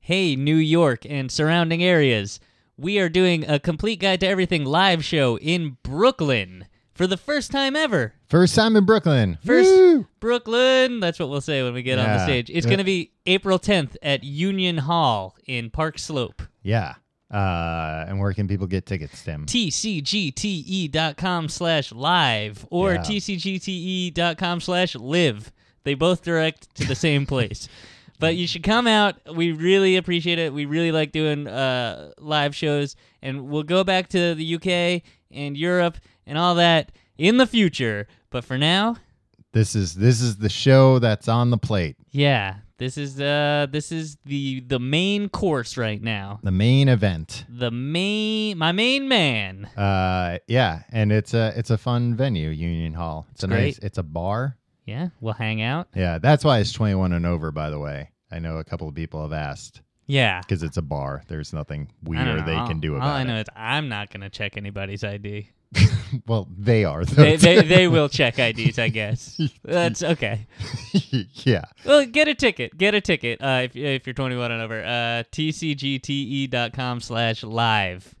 Hey, New York and surrounding areas. We are doing a complete guide to everything live show in Brooklyn for the first time ever. First time in Brooklyn. First Woo! Brooklyn. That's what we'll say when we get on the Yeah. stage. It's Yeah. going to be April 10th at Union Hall in Park Slope. Yeah. Uh, and where can people get tickets, Tim? tcgte.com E slash live or Yeah. tcgte.com E slash live. They both direct to the same place. But you should come out. We really appreciate it. We really like doing uh, live shows. And we'll go back to the UK and Europe and all that in the future. But for now, This is this is the show that's on the plate, yeah, this is uh, this is the the main course right now. the main event. The main my main man. Uh, yeah, and it's a it's a fun venue, Union Hall. It's, a great. nice. It's a bar. Yeah, we'll hang out. Yeah, that's why it's twenty one and over. By the way, I know a couple of people have asked Yeah. because it's a bar. There's nothing we I don't or know. they All- can do All I about know it. is I'm not going to check anybody's ID. Well, they are. Though. They, they, they will check IDs, I guess. That's okay. yeah. Well, get a ticket. Get a ticket uh, if, if you're 21 and over. Uh, TCGTE.com E slash live.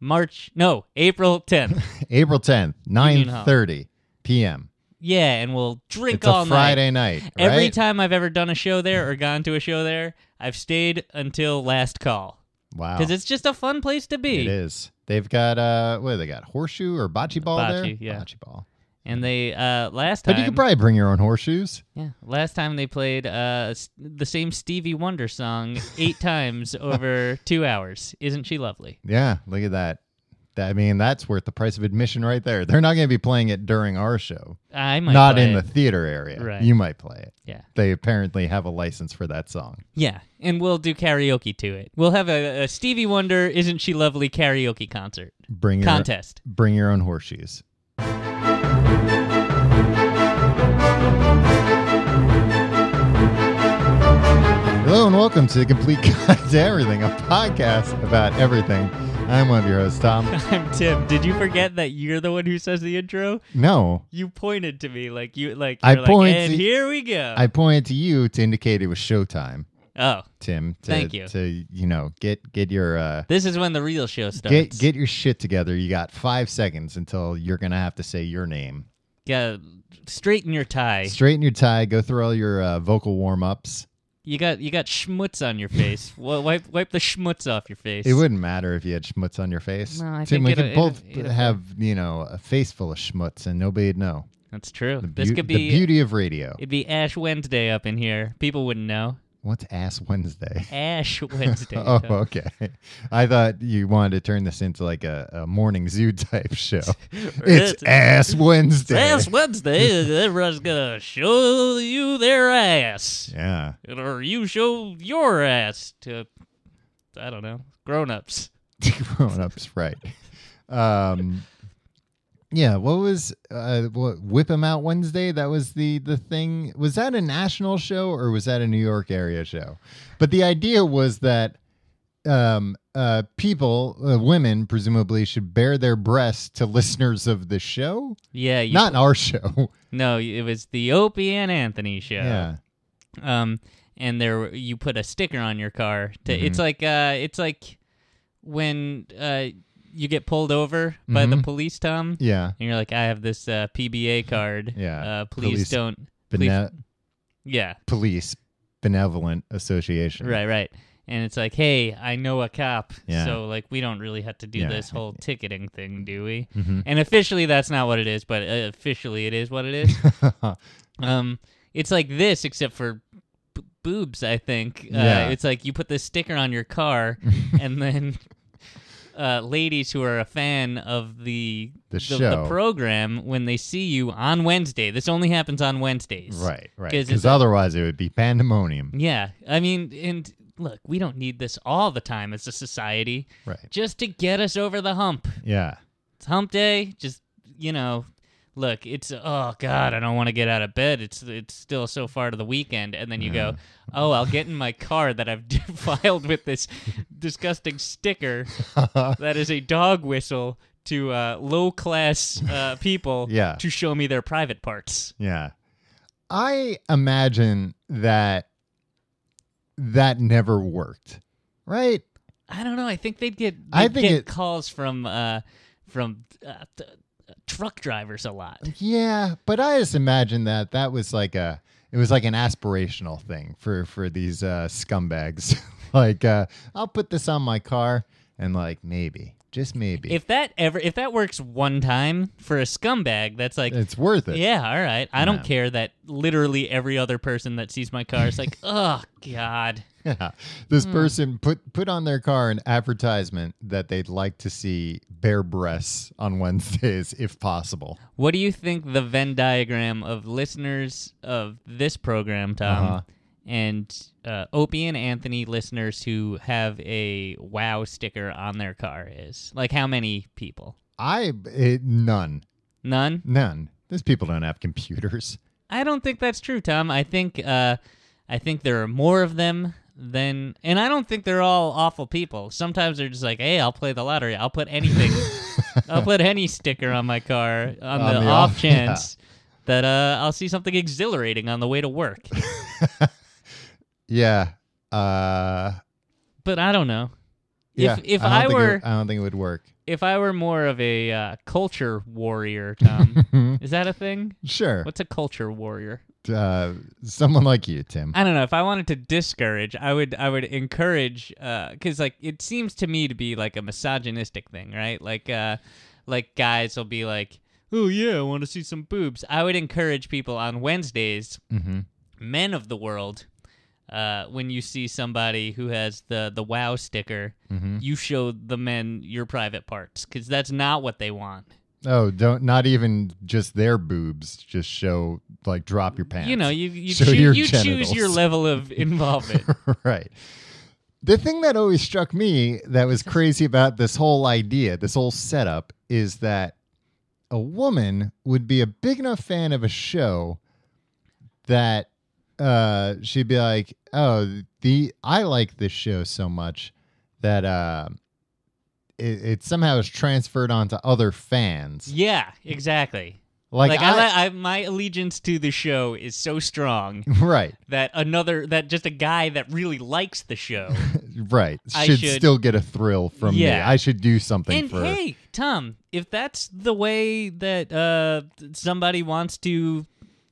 March, no, April 10th. April tenth, Union nine Hall. thirty p.m. Yeah, and we'll drink It's all a Friday night. night. Every right? time I've ever done a show there or gone to a show there, I've stayed until last call. Wow. Because it's just a fun place to be. Oh. It is. They've got uh, what do they got? Horseshoe or bocce ball there? Bocce, yeah. Bocce ball. And they, uh, last time. But you could probably bring your own horseshoes. Yeah, last time they played uh, s- the same Stevie Wonder song eight times over two hours. Isn't she lovely? Yeah, look at that. That- I mean, that's worth the price of admission right there. They're not going to be playing it during our show. I might not play in the it. theater area. Right. You might play it. yeah They apparently have a license for that song. yeah, and we'll do karaoke to it. We'll have a, a Stevie Wonder "Isn't She Lovely" karaoke concert Bring your contest. bring your own horseshoes. Hello and welcome to the Complete Guide to Everything, a podcast about everything. I'm one of your hosts, Tom. I'm Tim. Did you forget that you're the one who says the intro? No, You pointed to me like you like. I you're like, point And to- here we go. I pointed to you to indicate it was showtime, oh, Tim. To, Thank you. To you know, get get your uh, this is when the real show starts. get get your shit together. You got five seconds until you're gonna have to say your name. Yeah, straighten your tie. Straighten your tie. Go through all your uh, vocal warm ups. You got you got schmutz on your face. Wi- wipe wipe the schmutz off your face. It wouldn't matter if you had schmutz on your face. No, I Tim, think we it'll- could both it'll- it'll- have you know a face full of schmutz and nobody'd know. That's true. The this beau- could the be beauty of radio. it'd be Ash Wednesday up in here. People wouldn't know. What's Ass Wednesday? Ash Wednesday. Oh, okay. I thought you wanted to turn this into like a, a morning zoo type show. it's It's- Ass Wednesday. Ash Wednesday. Everyone's gonna show you their ass, yeah. or you show your ass to, I don't know, grown-ups. Grown ups, right. Um, yeah, what was uh, what, Whip 'em Out Wednesday? That was the the thing. Was that a national show or was that a New York area show? But the idea was that um, uh, people, uh, women presumably, should bare their breasts to listeners of the show, Yeah, you, not our show. no, it was the Opie and Anthony show. yeah, um and there were- you put a sticker on your car to it's Mm-hmm. like uh it's like when uh you get pulled over by Mm-hmm. the police tom yeah. and you're like i have this uh pba card Yeah. uh please Police- don't please Bene- yeah police benevolent association. right right and it's like hey i know a cop Yeah. so like we don't really have to do Yeah. this whole ticketing thing do we Mhm. and officially that's not what it is but uh, officially it is what it is Um, it's like this except for b- boobs. I think. Uh, Yeah. It's like you put this sticker on your car, and then uh, ladies who are a fan of the The show. program when they see you on Wednesday. This only happens on Wednesdays. right, right. 'Cause Because it's a- otherwise it would be pandemonium. Yeah. I mean, and look, we don't need this all the time as a society. Right. Just to get us over the hump. Yeah. It's hump day. Just you know, look, it's oh god, I don't want to get out of bed. It's it's still so far to the weekend, and then you go, oh, I'll get in my car that I've defiled with this disgusting sticker that is a dog whistle to uh, low class uh, people Yeah. to show me their private parts. Yeah. I imagine that that never worked. right? I don't know. I think they'd get I they'd think get it- calls from uh from uh, t- uh, truck drivers a lot. Yeah, but I just imagine that that was like a it was like an aspirational thing for for these uh, scumbags. like uh, I'll put this on my car and like maybe just maybe If that ever if that works one time for a scumbag, that's like it's worth it. yeah, all right. I don't No. care that literally every other person that sees my car is like, "Oh god." Yeah. This Hmm. person put put on their car an advertisement that they'd like to see bare breasts on Wednesdays if possible. What do you think the Venn diagram of listeners of this program, Tom, Uh-huh. and uh, Opie and Anthony listeners who have a wow sticker on their car is? Like, how many people? I it, none None? none. Those people don't have computers. I don't think that's true, Tom. I think uh, I think there are more of them than, and I don't think they're all awful people. Sometimes they're just like, hey, I'll play the lottery. I'll put anything, I'll put any sticker on my car on, On the, the off off- chance that uh, I'll see something exhilarating on the way to work. Yeah. Uh but I don't know. yeah. If if don't I, think it- were I don't think it would work. if I were more of a uh, culture warrior, Tom, is that a thing? Sure. What's a culture warrior? uh, someone like you, Tim. I don't know. If I wanted to discourage, I would I would encourage because like it seems to me to be like a misogynistic thing, right? Like uh, like guys will be like, oh yeah, I want to see some boobs. I would encourage people on Wednesdays, Mhm. men of the world. Uh, when you see somebody who has the the wow sticker, Mm-hmm. you show the men your private parts because that's not what they want. Oh, don't not even just their boobs. Just show like drop your pants. You know, you you, Show choo- your you choose your genitals. level of involvement. right. The thing that always struck me that was crazy about this whole idea, this whole setup, is that a woman would be a big enough fan of a show that uh, she'd be like, "Oh, the I like this show so much that uh, it, it somehow is transferred onto other fans." yeah, exactly. Like, like, I, I, li- I my allegiance to the show is so strong right, that another that just a guy that really likes the show right, I should, should- still get a thrill from me. Yeah. I should do something and for. hey tom if that's the way that uh somebody wants to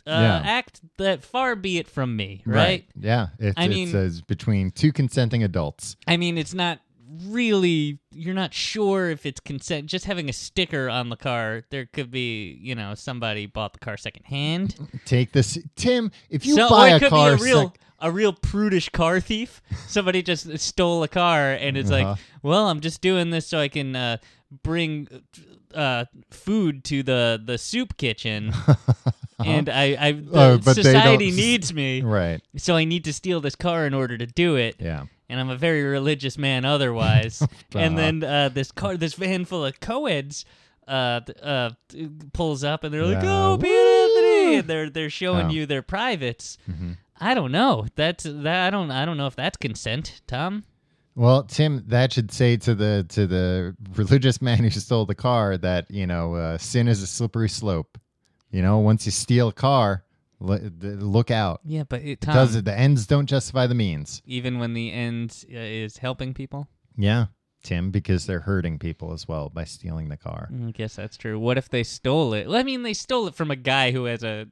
uh Yeah. act that far be it from me right, Yeah. It's, I mean- it says between two consenting adults. i mean it's not really you're not sure if it's consent just having a sticker on the car there could be you know somebody bought the car secondhand Take this, Tim. If you so, or buy it a could car, be a real sec- a real prudish car thief. Somebody just stole a car and it's Uh-huh. like, well, I'm just doing this so I can uh, bring uh, food to the the soup kitchen, and I, I the Oh, but they society don't- needs me, right? so I need to steal this car in order to do it. Yeah. And I'm a very religious man Oh, otherwise. And then uh, this car, this van full of co-eds. Uh, th- uh, t- pulls up and they're like, Yeah. "Oh, Pete Anthony!" And they're they're showing Yeah. you their privates. Mhm. I don't know. That's that. I don't. I don't know if that's consent, Tom. Well, Tim, that should say to the to the religious man who stole the car that you know uh, sin is a slippery slope. You know, once you steal a car, l- look out. Yeah, but it, Tom. Does it? The ends don't justify the means. Even when the end uh, is helping people, Yeah, Tim, because they're hurting people as well by stealing the car. Mm, I guess that's true. What if they stole it? Well, I mean, they stole it from a guy who has a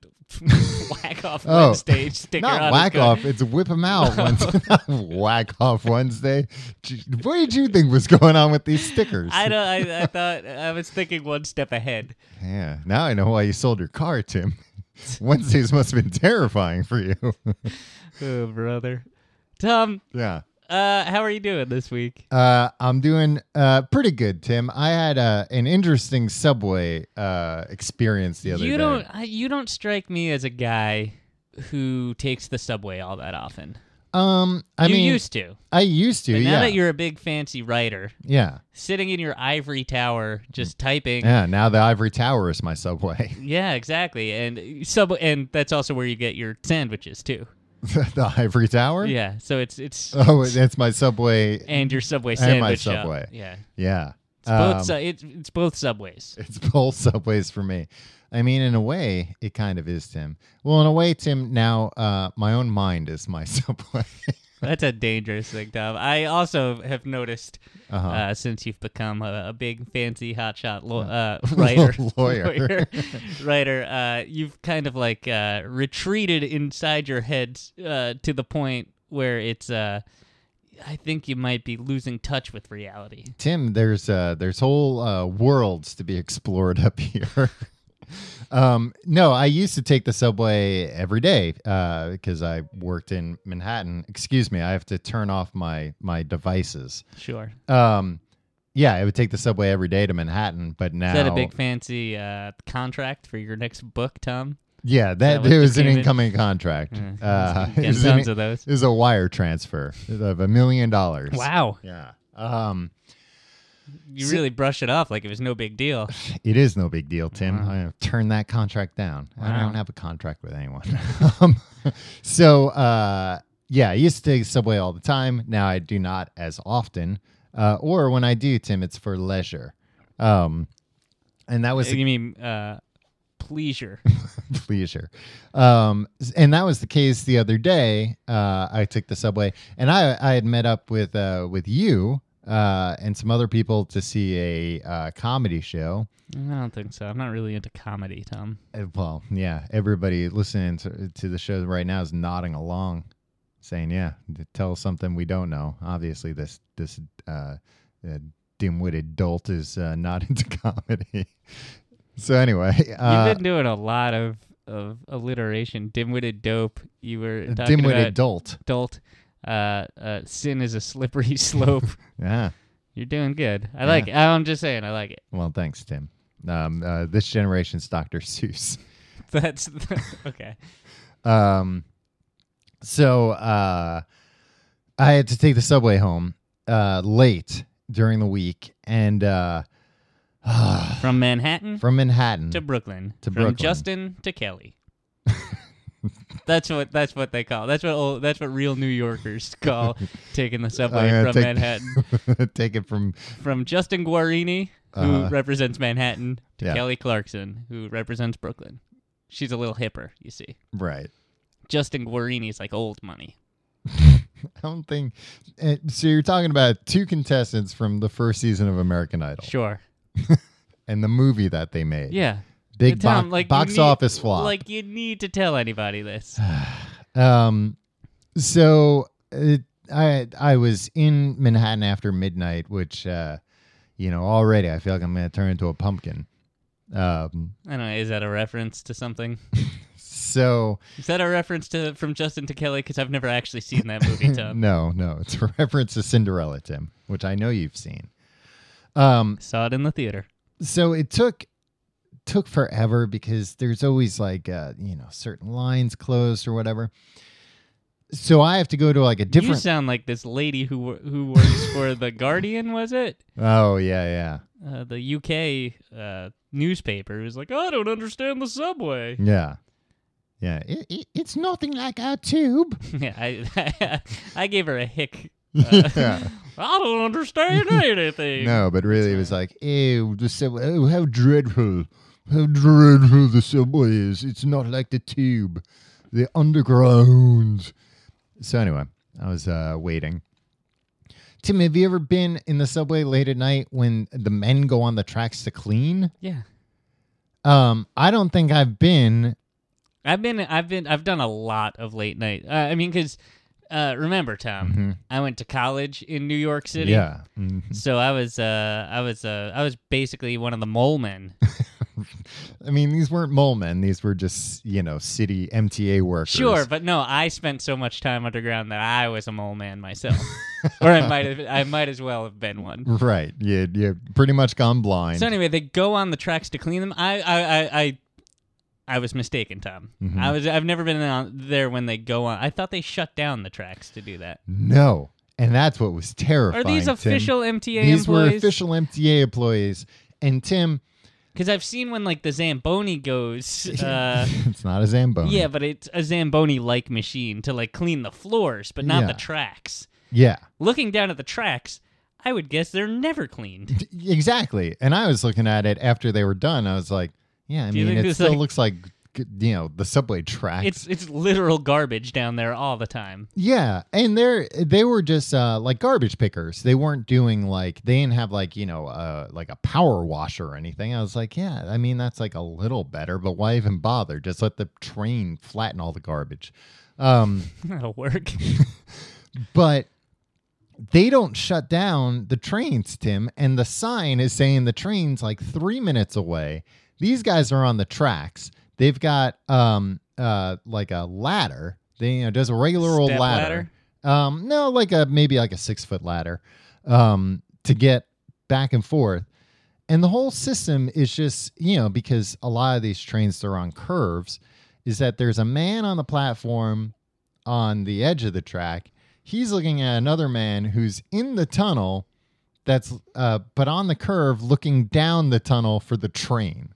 whack off Oh, Wednesday sticker on Not his whack car. off. It's whip 'em out. Wednesday. Not whack off Wednesday. Gee, What did you think was going on with these stickers? I don't. I, I thought I was thinking one step ahead. Yeah. Now I know why you sold your car, Tim. Wednesdays must have been terrifying for you. Oh, brother, Tom. yeah. Uh, how are you doing this week? Uh, I'm doing uh, pretty good, Tim. I had uh, an interesting subway uh, experience the other you day. don't. I, you don't strike me as a guy who takes the subway all that often. Um, I you mean, used to. I used to. But now yeah. that you're a big fancy writer, yeah. sitting in your ivory tower, just typing. Yeah. Mm. Yeah. Now the ivory tower is my subway. exactly. And sub and that's also where you get your sandwiches too. the ivory tower. Yeah. So it's it's Oh, that's my subway. and your subway And sandwich. my shop. Subway. Yeah. yeah. It's both Um, su- it's, it's both subways. It's both subways for me. I mean, in a way, it kind of is, Tim. Well, in a way, Tim, now uh, my own mind is my subway. That's a dangerous thing, Tom. I also have noticed Uh-huh. uh, since you've become a, a big fancy hotshot lo- uh, writer, Lawyer. lawyer, writer, uh, you've kind of like uh, retreated inside your head uh, to the point where it's. Uh, I think you might be losing touch with reality. Tim, there's uh, there's whole uh, worlds to be explored up here. um, no, I used to take the subway every day uh, because I worked in Manhattan. Excuse me, I have to turn off my my devices. Sure, Um, yeah, I would take the subway every day to Manhattan, but now is that a big fancy uh, contract for your next book, Tom? yeah, that that, what it was just an came in? incoming contract. Mm, Uh, it Getting was an- tons of those. it was a wire transfer of a million dollars. Wow, Yeah. Um, you So- really brush it off like it was no big deal. It is no big deal, Tim. Wow. I turn that contract down. I Wow. don't have a contract with anyone. um, so, uh, yeah, I used to take subway all the time. Now I do not as often. Uh, or when I do, Tim, it's for leisure. Um, and that was the you mean uh, pleasure? leisure. Um, s- and that was the case the other day. Uh, I took the subway, and I I had met up with uh, with you uh, and some other people to see a uh, comedy show. I don't think so. I'm not really into comedy, Tom. Uh, Well, yeah, everybody listening to, to the show right now is nodding along, saying, "Yeah, th- tell us something we don't know." Obviously, this this uh, uh, dim-witted dolt is uh, not into comedy. so anyway, uh, You've been doing a lot of, of alliteration. Dimwitted dope. You were talking Uh, dim-witted about dolt. dolt. Uh, uh, sin is a slippery slope. Yeah. You're doing good. I like. It. I'm just saying. I like it. Well, thanks, Tim. Um, uh, this generation's Dr. Seuss. That's okay. Um, so uh, I had to take the subway home uh, late during the week, and uh, From Manhattan from Manhattan. to Brooklyn. To From Brooklyn. Justin to Kelly. that's what that's what they call. That's what old, that's what real New Yorkers call taking the subway I'm from gonna Uh, take- Manhattan. take it from from Justin Guarini, who Uh-huh. represents Manhattan, to Yeah. Kelly Clarkson, who represents Brooklyn. She's a little hipper, you see. right. Justin Guarini's like old money. I don't think. eh, So you're talking about two contestants from the first season of American Idol Sure. and the movie that they made. Yeah. big Tom, box, like, you box need- office flop. Like you need to tell anybody this. Um, so it, I I was in Manhattan after midnight, which uh, you know already I feel like I'm gonna turn into a pumpkin. Um, I don't know. Is that a reference to something? so Is that a reference to from Justin to Kelly? Because I've never actually seen that movie, Tom. no, no, it's a reference to Cinderella, Tim, which I know you've seen. Um, Saw it in the theater. so it took took forever because there's always like uh, you know certain lines closed or whatever. So I have to go to like a You different. sound like this lady who wor- who works for the Guardian. Was it? oh yeah, yeah. Uh, the UK uh, newspaper who's like, I don't understand the subway. Yeah. Yeah. It, it, it's nothing like our tube. Yeah, I I gave her a hick. Uh, Yeah. I don't understand anything. No, but really it was like, ew, the subway. Oh, how dreadful. How dreadful the subway is. It's not like the tube, the underground. So, anyway, I was uh, waiting. Tim, have you ever been in the subway late at night when the men go on the tracks to clean? Yeah, Um, I don't think I've been. I've been I've been I've done a lot of late night. Uh, I mean, because uh, remember, Tom, I went to college in New York City. Mm-hmm. Yeah. Mhm. So I was uh I was uh I was basically one of the mole men. I mean, these weren't mole men. These were just, you know, city MTA workers. Sure, but no, I spent so much time underground that I was a mole man myself, or I might have I might as well have been one. Right. You you pretty much gone blind. So anyway, they go on the tracks to clean them. I I I I, I was mistaken, Tom. Mm-hmm. I was I've never been on there when they go on. I thought they shut down the tracks to do that. no. And that's what was Are terrifying. these Tim. official MTA These were employees? official MTA employees. And Tim, Because I've seen when like the Zamboni goes. Uh, it's not a Zamboni. yeah, but it's a Zamboni like machine to like clean the floors, but not Yeah. the tracks. Yeah. Looking down at the tracks, I would guess they're never cleaned. D- Exactly. And I was looking at it after they were done. I was like, yeah, I Do you mean, think it this, still like- looks like you know the subway tracks. It's it's literal garbage down there all the time. Yeah, and they're they were just uh, like garbage pickers. They weren't doing like they didn't have like you know uh, like a power washer or anything. I was like, yeah, I mean that's like a little better, but why even bother? Just let the train flatten all the garbage. Um, That'll work. but they don't shut down the trains, Tim, and the sign is saying the train's like three minutes away. These guys are on the tracks. They've got um uh like a ladder. They you know just a regular old Step ladder. Um no, like a maybe like a six foot ladder um to get back and forth. And the whole system is just, you know, because a lot of these trains they're on curves, is that there's a man on the platform on the edge of the track. He's looking at another man who's in the tunnel that's uh but on the curve looking down the tunnel for the train.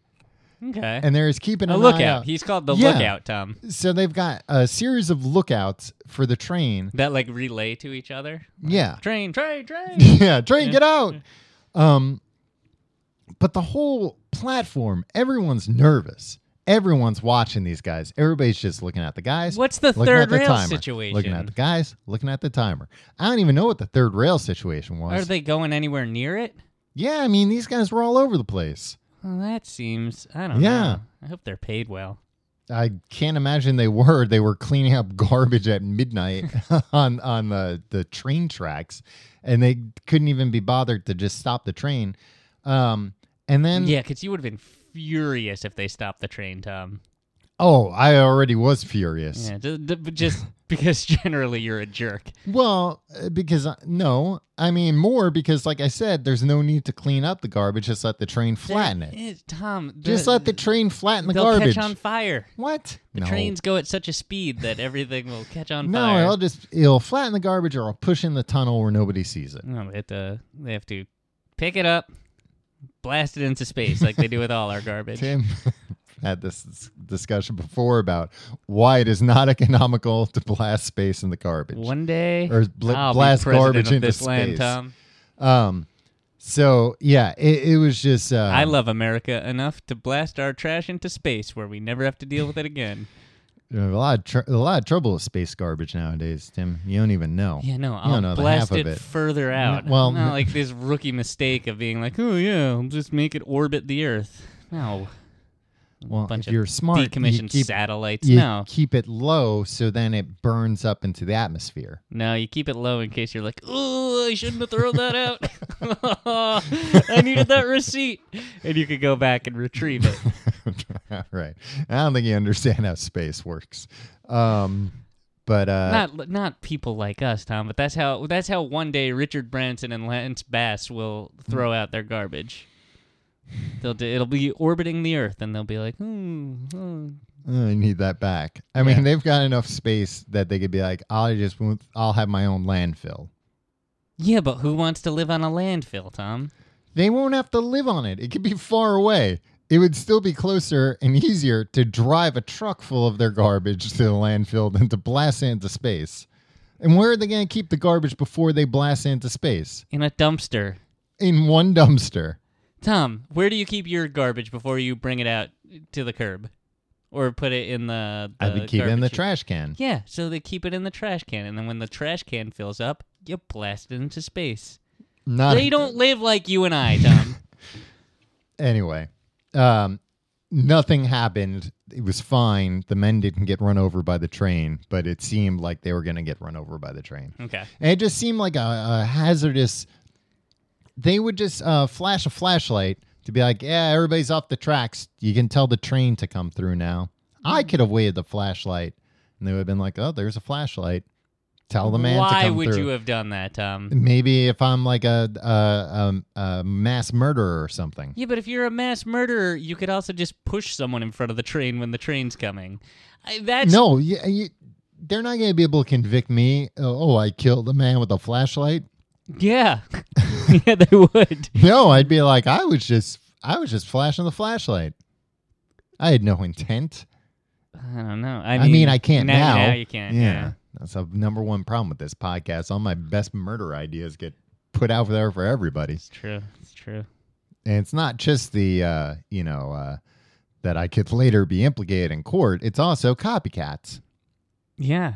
Okay. And there's keeping a an lookout. eye out. He's called the Yeah. lookout, Tom. So they've got a series of lookouts for the train. That like relay to each other. Yeah. Train, train, train. yeah, train, get out. Mm-hmm. Um, but the whole platform, everyone's nervous. Everyone's watching these guys. Everybody's just looking at the guys. What's the looking third at the rail timer, situation? Looking at the guys, looking at the timer. I don't even know what the third rail situation Are was. they going anywhere near it? yeah, I mean, these guys were all over the place. Well, that seems. I don't Yeah. know. I hope they're paid well. I can't imagine they were. They were cleaning up garbage at midnight on on the the train tracks, and they couldn't even be bothered to just stop the train. Um, and then Yeah, because you would have been furious if they stopped the train, Tom. Oh, I already was furious. Yeah, ju- d- but just because generally you're a jerk. Well, uh, because I- no, I mean more because, like I said, there's no need to clean up the garbage. Just let the train flatten it. Eh, Tom. The, Just let the train flatten the they'll garbage. catch on fire. what? The no. trains go at such a speed that everything will catch on No, fire. it'll just it'll flatten the garbage, or I'll push in the tunnel where nobody sees it. No, they have to. They have to pick it up, blast it into space like they do with all our garbage. Tim had this dis- discussion before about why it is not economical to blast space in the garbage. One day, Or bl- I'll be blast president garbage of into this land, space. Tom. Um, so yeah, it, it was just. Uh, I love America enough to blast our trash into space where we never have to deal with it again. You have a lot of tr- a lot of trouble with space garbage nowadays, Tim. You don't even know. Yeah, no, you I'll don't know blast the half it, of it. further out. well, not n- like this rookie mistake of being like, oh yeah, I'll just make it orbit the Earth. No, Well, bunch if of you're smart, you decommissioned keep satellites. you no, keep it low, so then it burns up into the atmosphere. no, you keep it low in case you're like, oh, I shouldn't have thrown that out. I needed that receipt, and you could go back and retrieve it. right. I don't think you understand how space works. Um, but uh, not not people like us, Tom, but that's how that's how one day Richard Branson and Lance Bass will Mm. throw out their garbage. They'll do, it'll be orbiting the Earth, and they'll be like, hmm, hmm. "Oh, I need that back. I Yeah. mean, they've got enough space that they could be like, I'll just won't- I'll have my own landfill. yeah, but who wants to live on a landfill, Tom? They won't have to live on it. It could be far away. It would still be closer and easier to drive a truck full of their garbage to the landfill than to blast it into space. And where are they going to keep the garbage before they blast it into space? In a dumpster, In one dumpster. Tom. Where do you keep your garbage before you bring it out to the curb, or put it in the? the I would keep it in the Uh, garbage- trash can. Yeah, so they keep it in the trash can, and then when the trash can fills up, you blast it into space. Not They don't live like you and I, Tom. anyway. Um, nothing happened. It was fine. The men didn't get run over by the train, but it seemed like they were going to get run over by the train. okay. And it just seemed like a, a hazardous. They would just uh, flash a flashlight to be like, yeah, everybody's off the tracks. You can tell the train to come through now. Hmm. I could have waited the flashlight. And they would have been like, oh, there's a flashlight. Tell the man Why to come would through. you have done that, um? Tom? Maybe if I'm like a, a, a, a mass murderer or something. Yeah, but if you're a mass murderer, you could also just push someone in front of the train when the train's coming. I, that's No, you, you, they're not going to be able to convict me. Oh, oh, I killed the man with a flashlight. yeah, yeah, they would. No, I'd be like, I was just, I was just flashing the flashlight. I had no intent. I don't know. I I mean, mean, I can't now. you can't. Yeah. that's a number one problem with this podcast. All my best murder ideas get put out there for everybody, it's true. It's true. and it's not just the, uh, you know, uh, that I could later be implicated in court. It's also copycats. Yeah.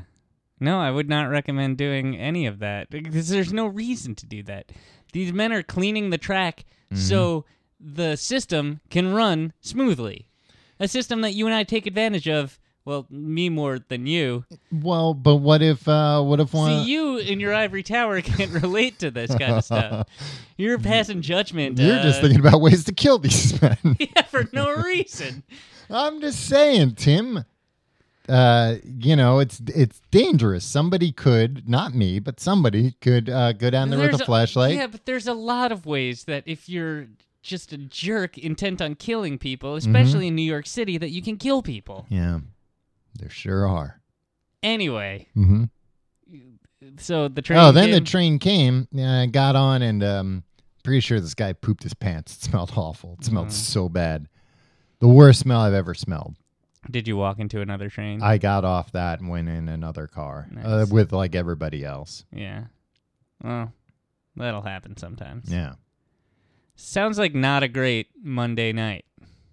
No, I would not recommend doing any of that because there's no reason to do that. These men are cleaning the track Mm-hmm. so the system can run smoothly. A system that you and I take advantage of, well, me more than you. Well, but what if uh what if one See, you in your ivory tower can't relate to this kind of stuff. You're passing judgment. you're just uh, thinking about ways to kill these men. yeah, for no reason. I'm just saying, Tim. Uh, you know, it's it's dangerous. Somebody could, not me, but somebody could uh, go down there with There's a flashlight. Yeah, but there's a lot of ways that if you're just a jerk intent on killing people, Mm-hmm. especially in New York City, that you can kill people. Yeah, there sure are. Anyway, hmm so the train. Oh, then the came- train came. Yeah, I got on, and um, pretty sure this guy pooped his pants. It smelled awful. It Mm-hmm. smelled so bad. The worst smell I've ever smelled. Did you walk into another train? I got off that and went in another car uh, Nice. with like everybody else. yeah. Well, that'll happen sometimes. Yeah. Sounds like not a great Monday night.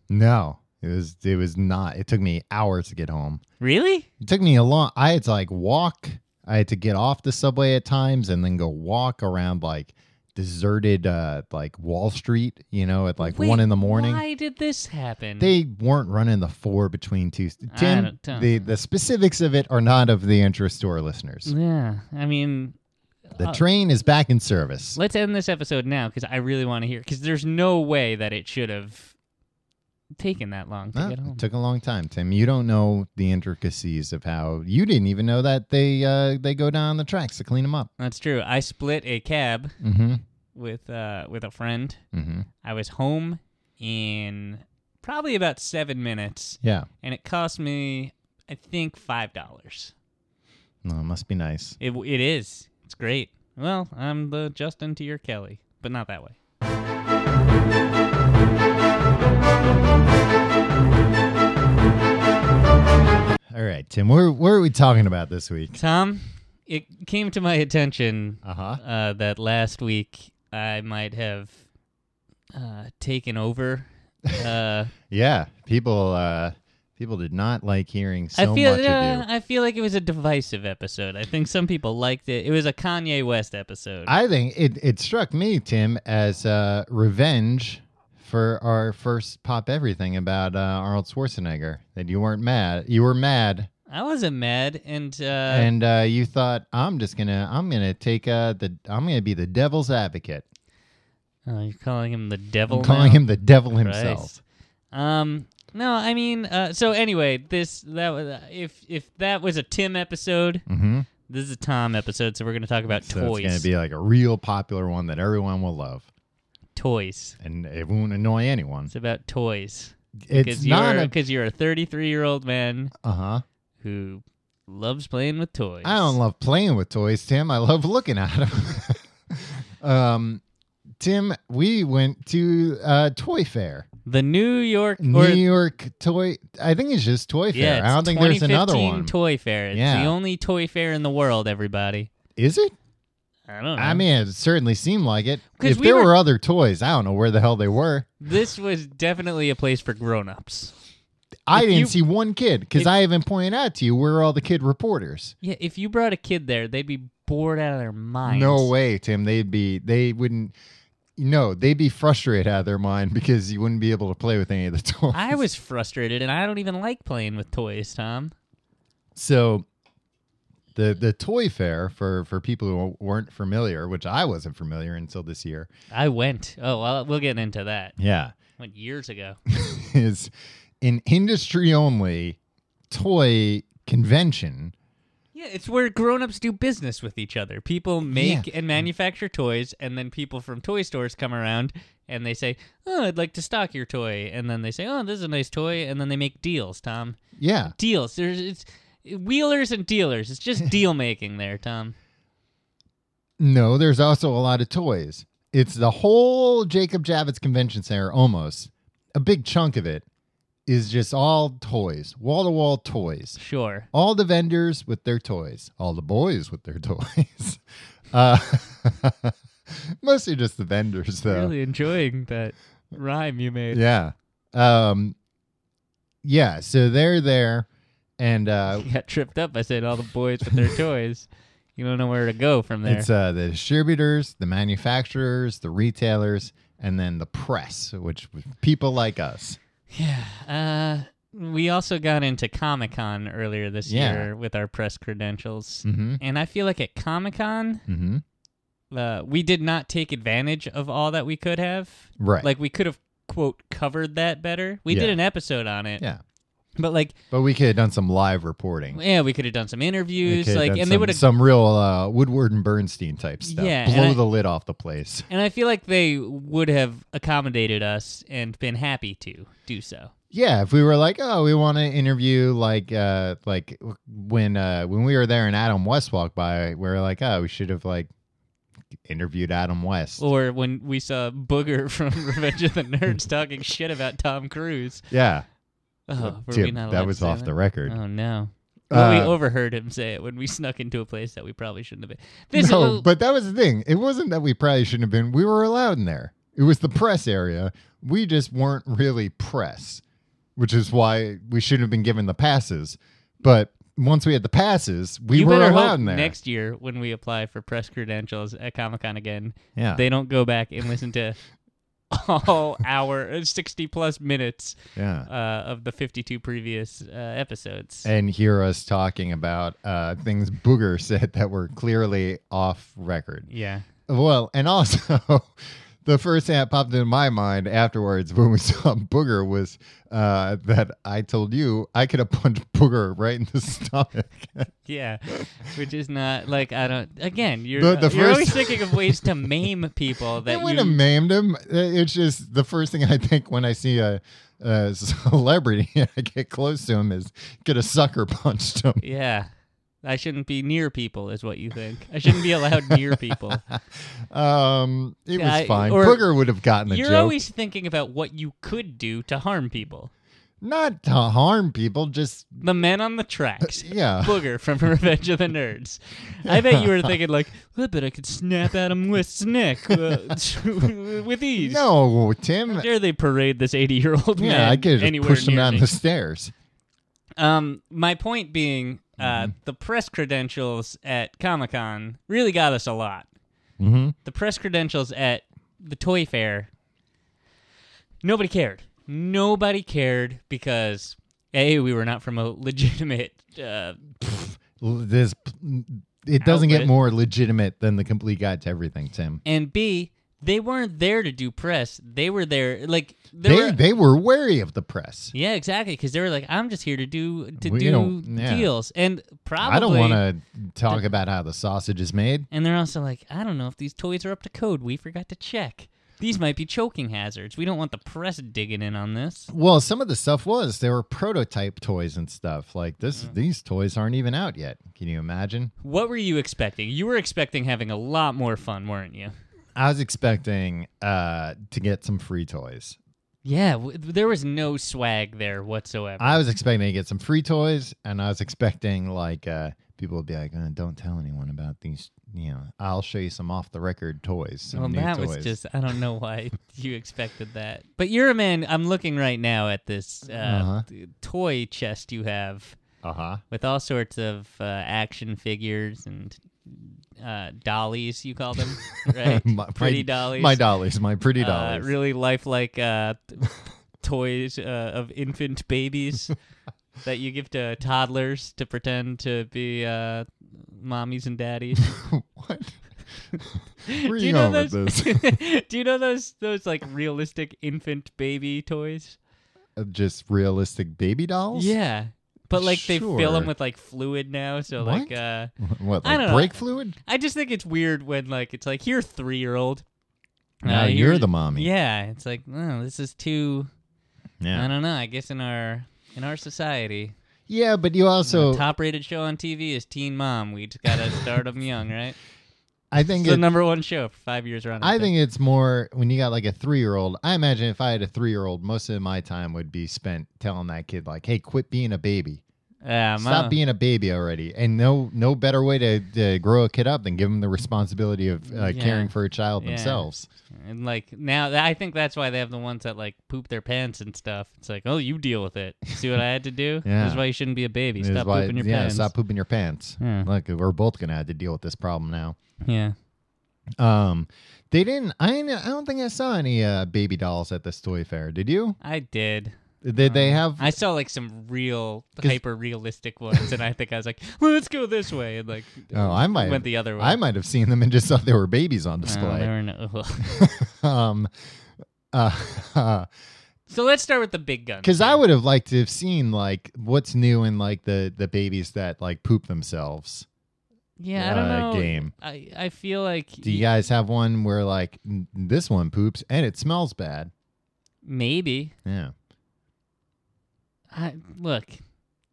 No, it was it was not. It took me hours to get home. Really? It took me a long. I had to like walk. I had to get off the subway at times and then go walk around like deserted, uh, like Wall Street. You know, at like Wait, one in the morning. Why did this happen? They weren't running the four between two. I Tim, don't- don't- the the specifics of it are not of the interest to our listeners. Yeah, I mean, The Uh, train is back in service. let's end this episode now because I really want to hear. Because there's no way that it should have taken that long to Huh? get home. Ah, It took a long time, Tim. You don't know the intricacies of how you didn't even know that they uh, they go down the tracks to clean them up. That's true. I split a cab Mm-hmm. with uh, with a friend. Mm-hmm. I was home in probably about seven minutes, Yeah. and it cost me, I think, five dollars. No, it must be nice. It it is. It's great. Well, I'm the Justin to your Kelly, but not that way. All right, Tim. Where where are we talking about this week? Tom, it came to my attention Uh huh. uh, that last week I might have uh, taken over. Uh, Yeah. People uh people did not like hearing so I feel much uh, of you. I feel like it was a divisive episode. I think some people liked it. It was a Kanye West episode. I think it, it struck me, Tim, as uh revenge for our first pop everything about uh, Arnold Schwarzenegger. That you weren't mad. You were mad. I wasn't mad, and uh, and uh, you thought I'm just gonna I'm gonna take uh the I'm gonna be the devil's advocate. oh, you're calling him the devil. I'm calling now? him the devil Oh, Christ. himself. Um, no, I mean, uh, so anyway, this that was if if that was a Tim episode, Mm-hmm. this is a Tom episode. So we're gonna talk about So toys. it's gonna be like a real popular one that everyone will love, toys. and it won't annoy anyone. It's about toys. It's Because you're not a because you're a Uh-huh. 33 year old man uh huh. who loves playing with toys. I don't love playing with toys, Tim. I love looking at them. um, Tim, we went to uh, Toy Fair, the New York or New York Toy. I think it's just Toy Fair. yeah, it's I don't think there's another 2015 one. Toy fair. It's Yeah. the only toy fair in the world. Everybody. Is it? I don't know. I mean, it certainly seemed like it. 'Cause If Uh-huh. we there were... were- other toys, I don't know where the hell they were. this was definitely a place for grown-ups. I If didn't you- see one kid because if- I haven't pointed out to you where are all the kid reporters. Yeah, if you brought a kid there, they'd be bored out of their minds. No way, Tim. They'd be. They wouldn't. No, they'd be frustrated out of their mind because you wouldn't be able to play with any of the toys. I was frustrated, and I don't even like playing with toys, Tom. So the the toy fair for for people who weren't familiar, which I wasn't familiar until this year. I went. Oh, well, we'll get into that. Yeah. went years ago. Is an industry only toy convention. Yeah, it's where grown-ups do business with each other. People make and Mm. manufacture toys, and then people from toy stores come around and they say, "Oh, I'd like to stock your toy," and then they say, "Oh, this is a nice toy," and then they make deals. Tom, Yeah. deals. There's it's wheelers and dealers. It's just deal making there, Tom. No, there's also a lot of toys. It's the whole Jacob Javits Convention Center almost. A big chunk of it is just all toys, wall to wall toys. Sure. all the vendors with their toys, all the boys with their toys. Uh, mostly just the vendors, though. Really enjoying that rhyme you made. Yeah. Um, yeah, so they're there, and uh, got tripped up. I said all the boys with their toys. You don't know where to go from there. it's uh, the distributors, the manufacturers, the retailers, and then the press, which was people like us. yeah. Uh, we also got into Comic Con earlier this Yeah. year with our press credentials, Mm-hmm. and I feel like at Comic Con, Mm-hmm. uh, we did not take advantage of all that we could have. Right. Like we could have quote covered that better. We Yeah. did an episode on it. yeah. But like But we could have done some live reporting. yeah, we could have done some We interviews could have like done and some, they would have some real uh, Woodward and Bernstein type stuff. Yeah, and Blow I- the lid off the place. and I feel like they would have accommodated us and been happy to do so. Yeah, if we were like, oh, we want to interview like uh like when uh when we were there and Adam West walked by, we were like, oh, we should have like interviewed Adam West. Or when we saw Booger from Revenge of the Nerds talking shit about Tom Cruise. yeah. Oh, were Dude, we not allowed that to was say off that? the record. Oh no. Well, we Uh, overheard him say it when we snuck into a place that we probably shouldn't have been. This no, will- but that was the thing. It wasn't that we probably shouldn't have been. We were allowed in there. It was the press area. We just weren't really press, which is why we shouldn't have been given the passes. But once we had the passes, we you were better allowed hope in there. next year when we apply for press credentials at Comic Con again, yeah. they don't go back and listen to all hour, sixty plus minutes yeah. uh, of the fifty-two previous uh, episodes. and hear us talking about uh, things Booger said that were clearly off record. yeah, Well, and also the first thing that popped into my mind afterwards when we saw Booger was uh, that I told you I could have punched Booger right in the stomach. yeah, which is not like I don't. Again, you're The- the you're first- always thinking of ways to maim people I that wouldn't you. have maimed him. It's just the first thing I think when I see a, a celebrity and I get close to him is could have sucker punched him. yeah, I shouldn't be near people, is what you think. I shouldn't be allowed near people. Um, it Yeah, I- was fine. or- Booger would have gotten the You're joke. always thinking about what you could do to harm people. Not to harm people, just The men on the tracks. Yeah. Booger from Revenge of the Nerds. I bet you were thinking like, I bet I could snap Adam West's neck uh, with ease. No, Tim. Dare they parade this eighty-year-old man Yeah, I could just anywhere push him near down me. the stairs. Um, my point being, uh, Mm-hmm. the press credentials at Comic Con really got us a lot. Mm-hmm. The press credentials at the Toy Fair, nobody cared. Nobody cared because a we were not from a legitimate uh, This, it doesn't get Outlet. more legitimate than the complete guide to everything, Tim. and B, they weren't there to do press. They were there like there They were- they were wary of the press. yeah, exactly, because they were like, I'm just here to do to We do don't- yeah. deals, and probably I don't want to talk about how the sausage is made. And they're also like, I don't know if these toys are up to code. We forgot to check. These might be choking hazards. We don't want the press digging in on this. Well, some of the stuff was there were prototype toys and stuff like this. Mm. These toys aren't even out yet. Can you imagine? What were you expecting? You were expecting having a lot more fun, weren't you? I was expecting uh, to get some free toys. Yeah, w- there was no swag there whatsoever. I was expecting to get some free toys, and I was expecting like uh, people would be like, uh, "Don't tell anyone about these." You know, I'll show you some off the record toys. Some well, new that toys. was just, I don't know why you expected that. But you're a man, I'm looking right now at this uh, Uh-huh. t- toy chest you have uh huh. with all sorts of uh, action figures and uh, dollies, you call them, right? Pretty dollies. My dollies. My pretty uh, dollies. really lifelike uh, t- toys uh, of infant babies that you give to toddlers to pretend to be uh, mommies and daddies. what? Where are Do you, you know going those? with this? Do you know those those like realistic infant baby toys? Uh, just realistic baby dolls. Yeah, but like they fill Sure. them with like fluid now. So What? like, uh, What? I Like don't know. brake fluid? I just think it's weird when like it's like you're three year old. Now you're the mommy. Yeah, it's like oh, this is too. I Yeah. don't know. I guess in our in our society, Yeah, but you So also, top rated show on TV is Teen Mom. We just gotta start them young, right? I think It's the it, number one show for five years running. I think it's more when you got like a three year old. I imagine if I had a three year old, most of my time would be spent telling that kid like, "Hey, quit being a baby." Yeah, Stop being a baby already. And no no better way to, to grow a kid up than give them the responsibility of uh, Yeah. caring for a child Yeah. themselves. and like now, th- I think that's why they have the ones that like poop their pants and stuff. It's like, oh, you deal with it. See what I had to do? Yeah. This is why you shouldn't be a baby. This is Stop why- pooping your yeah, pants. stop pooping your pants. Yeah. Look, we're both gonna have to deal with this problem now. Yeah. Um, they didn't. I didn't- I don't think I saw any uh, baby dolls at this toy fair. Did you? I did. Did they have? Uh, I saw like some real 'Cause- hyper realistic ones, and I think I was like, let's go this way, and like oh, I might. went the other way. I might have seen them and just thought they were babies on I don't display. never know. um, uh, so let's start with the big guns. because I here. would have liked to have seen like what's new in like the the babies that like poop themselves. yeah, I don't uh, know. game. I I feel like Do you guys have one where like n- this one poops and it smells bad? maybe. Yeah. I, look,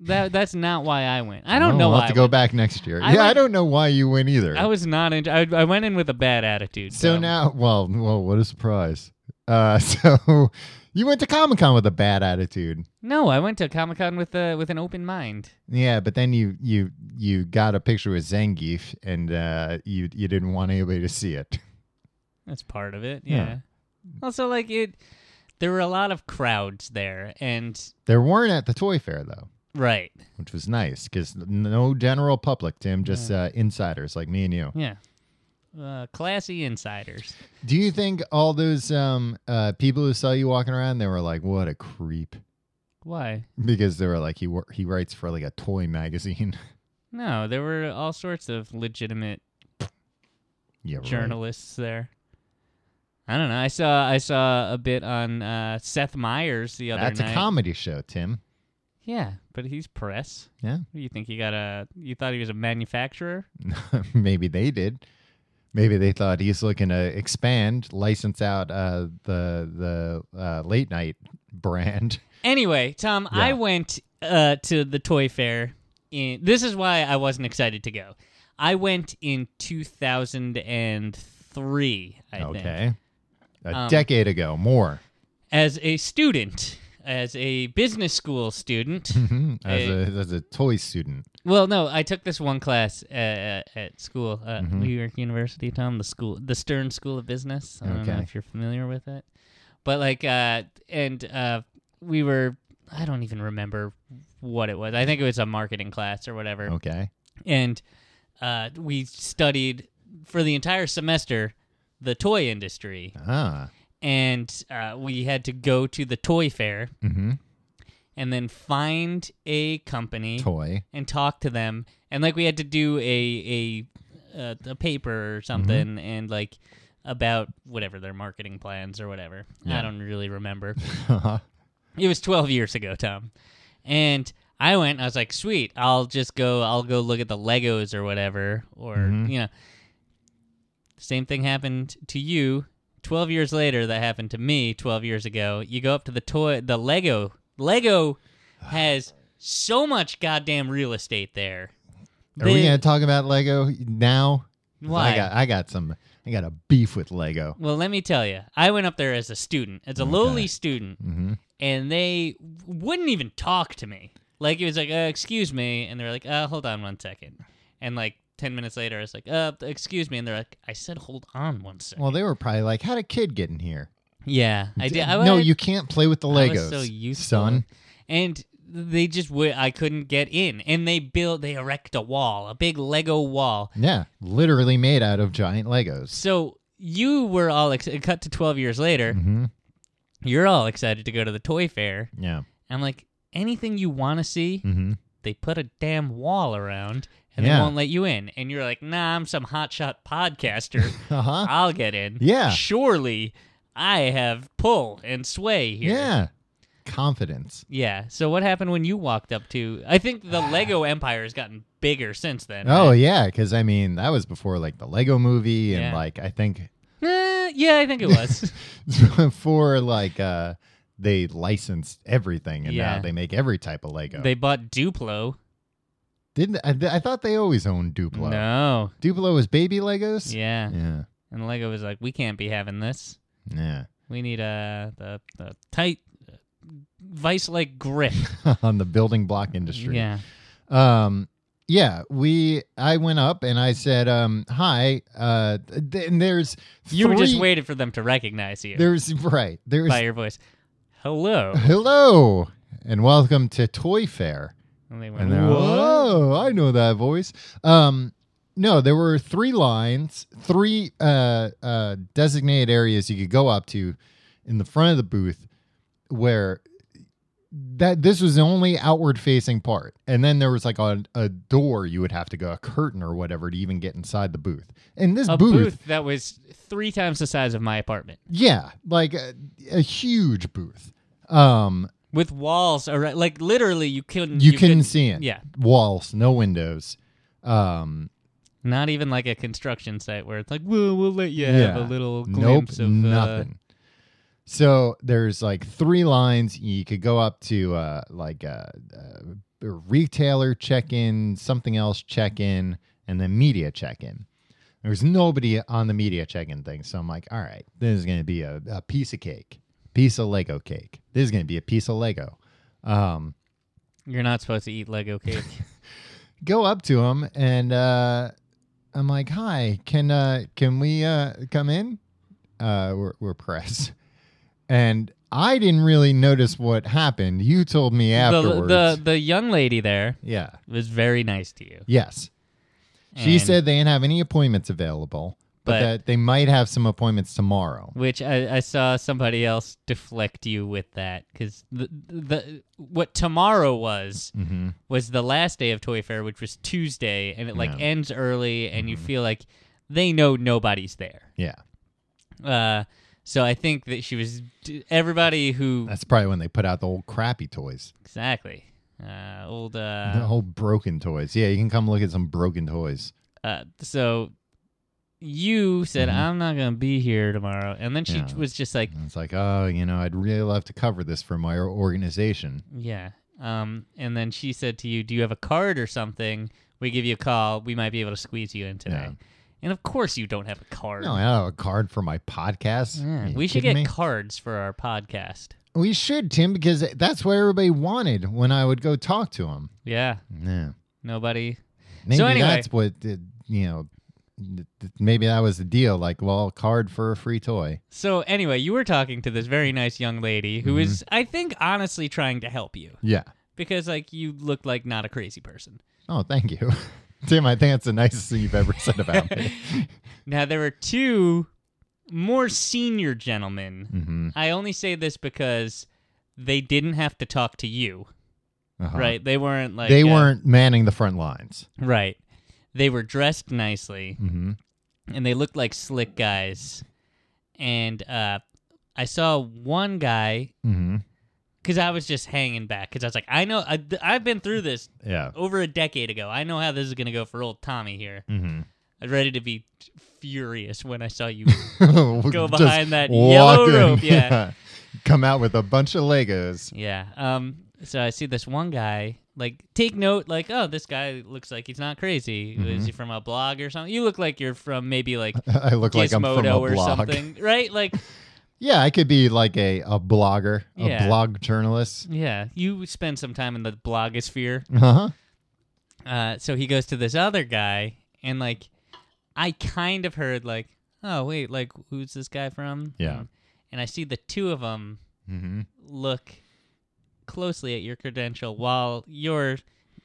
that that's not why I went. I don't know We'll why. have I to go went. back next year. I yeah, I went- don't know why you went either. I was not. In, I I went in with a bad attitude. So um, now, well, well, what a surprise! Uh, so you went to Comic Con with a bad attitude, no, I went to Comic Con with a with an open mind. yeah. But then you you you got a picture with Zangief, and uh, you you didn't want anybody to see it. That's part of it. Yeah. Yeah. Also, like it, there were a lot of crowds there, and There weren't at the toy fair though, right, which was nice because no general public, Tim, just uh, insiders like me and you. yeah, uh, classy insiders. Do you think all those um uh, people who saw you walking around, they were like, "What a creep," Why? because they were like, "He wor- he writes for like a toy magazine." No, there were all sorts of legitimate yeah, right. journalists there. I don't know. I saw I saw a bit on uh, Seth Meyers the other That's night. a comedy show, Tim. Yeah, but he's press. Yeah. What do You think he got a? You thought he was a manufacturer? Maybe they did. Maybe they thought he's looking to expand, license out uh, the the uh, late night brand. Anyway, Tom, I Yeah. went uh, to the toy fair. In this is why I wasn't excited to go. I went in 2003. I think, okay, a Um, decade ago, more as a student, as a business school student. Mhm. as Hey. a as a toy student. Well, no, I took this one class uh, at, at school, uh, Mm-hmm. New York University, Tom, the school, the Stern School of Business. I don't know Okay. if you're familiar with it, but like, uh, and uh, we were, I don't even remember what it was. I think it was a marketing class or whatever, Okay, and uh, we studied for the entire semester the toy industry, ah, and uh, we had to go to the toy fair hmm and then find a company toy. and talk to them and like we had to do a a a, a paper or something and like about whatever their marketing plans or whatever Yeah. i don't really remember it was 12 years ago tom and i went and i was like sweet i'll just go i'll go look at the legos or whatever or Mhm. you know same thing happened to you 12 years later that happened to me 12 years ago you go up to the toy the lego lego has so much goddamn real estate there Are we They- gonna talk about Lego now? 'Cause why I got I got some. I got a beef with Lego. well let me tell you i went up there as a student as a lowly student hmm and they w- wouldn't even talk to me. Like it was like, uh, "Excuse me," and they're like, "Uh, hold on one second. And like ten minutes later, I was like, "Uh, excuse me," and they're like, "I said hold on one second. Well, they were probably like, "How'd a kid get in here?" yeah, I did. I, no, I- you can't play with the I was Legos, so useful. son. and they just would. I couldn't get in, and they built, they erect a wall, a big Lego wall. Yeah, literally made out of giant Legos. So you were all ex- cut to twelve years later. hmm You're all excited to go to the toy fair. Yeah. I'm like, anything you want to see, Mm-hmm. they put a damn wall around and Yeah. they won't let you in. And you're like, nah, I'm some hotshot podcaster. Uh huh. I'll get in. Yeah. Surely I have pull and sway here. Yeah. Confidence. Yeah. So what happened when you walked up to I think the Lego Empire has gotten bigger since then. Oh right? yeah, because I mean that was before like the Lego movie and Yeah. like I think Eh, yeah, I think it was. before like uh they licensed everything and now Yeah. they make every type of Lego. they bought Duplo. didn't. I, I thought they always owned Duplo. No. Duplo was baby Legos. Yeah. Yeah. And Lego was like, we can't be having this. Yeah. We need uh, a, a, a tight, vice like uh, grip. On the building block industry. Yeah. Um, yeah, we. I went up and I said, um, "Hi." Uh, th- and there's You were just three- waiting for them to recognize you There's right. There's by your voice. Hello. hello and welcome to Toy Fair. And they went, And they're, "What?" oh, I know that voice. Um, no, there were three lines, three uh, uh, designated areas you could go up to in the front of the booth where that this was the only outward facing part. And then there was like a, a door you would have to go, a curtain or whatever, to even get inside the booth. And this A booth, booth that was three times the size of my apartment yeah, like a, a huge booth. Um, with walls around. Like literally, you couldn't. you, couldn't couldn't- see it. Yeah. Walls, no windows. Um, Not even like a construction site where it's like, well, we'll let you have a little nope, glimpse of Uh, nothing. So there's like three lines you could go up to, uh, like a, uh retailer check-in, something else check-in, and then media check-in. There's nobody on the media check-in thing, so I'm like, all right, this is gonna be a, a piece of cake, piece of Lego cake. This is gonna be a piece of Lego. Um, You're not supposed to eat Lego cake. go up to him and uh, I'm like, "Hi, can uh, can we uh, come in? Uh, we're we're press." And I didn't really notice what happened. You told me the, afterwards. the the young lady there yeah. was very nice to you. Yes. She And- said they didn't have any appointments available, but, But- that they might have some appointments tomorrow. which I, I saw somebody else deflect you with that because the, the what tomorrow was hmm was the last day of Toy Fair, which was Tuesday, and it like Yeah. Mm-hmm. ends early, and you feel like they know nobody's there. Yeah, Uh, so I think that she was d- everybody who that's probably when they put out the old crappy toys, exactly uh, old the uh, old broken toys. Yeah, you can come look at some broken toys. uh, so. You said Mhm. I'm not gonna be here tomorrow, and then she Yeah. was just like, And it's like, oh, you know, I'd really love to cover this for my organization. Yeah. Um, and then she said to you, "Do you have a card or something? We give you a call. We might be able to squeeze you in today." Yeah. And of course, you don't have a card. No, I don't have a card for my podcast. Yeah. Are you We should kidding get me? cards for our podcast. we should Tim because that's what everybody wanted when I would go talk to him. Yeah. Yeah, Nobody. maybe anyway- that's what did, you know. th- th- Maybe that was the deal. Like, well, card for a free toy. So anyway, you were talking to this very nice young lady Mm-hmm. who is, I think, honestly trying to help you Yeah. because, like, you look like not a crazy person. Oh, thank you, Tim. I think that's the nicest thing you've ever said about me. Now there were two more senior gentlemen. hmm I only say this because they didn't have to talk to you. Uh-huh. Right. They weren't like they uh, weren't manning the front lines. right. They were dressed nicely hmm and they looked like slick guys. And uh I saw one guy hmm cuz I was just hanging back cuz I was like I know I, I've been through this Yeah. over a decade ago. I know how this is going to go for old Tommy here. hmm I was ready to be furious when I saw you. Go behind that yellow rope, yeah. Come out with a bunch of Legos. yeah. Um so I see this one guy like take note like oh this guy looks like he's not crazy. Is he from a blog or something? You look like you're from maybe like I Mm-hmm. look like I'm from a Gizmodo or blog. something, right? Like, Yeah, I could be like a, a blogger, a Yeah. blog journalist. yeah, you spend some time in the blogosphere. Uh-huh. Uh, so he goes to this other guy, and like, I kind of heard like, oh wait, like who's this guy from? Yeah. And, and I see the two of them Mm-hmm. look closely at your credential while you're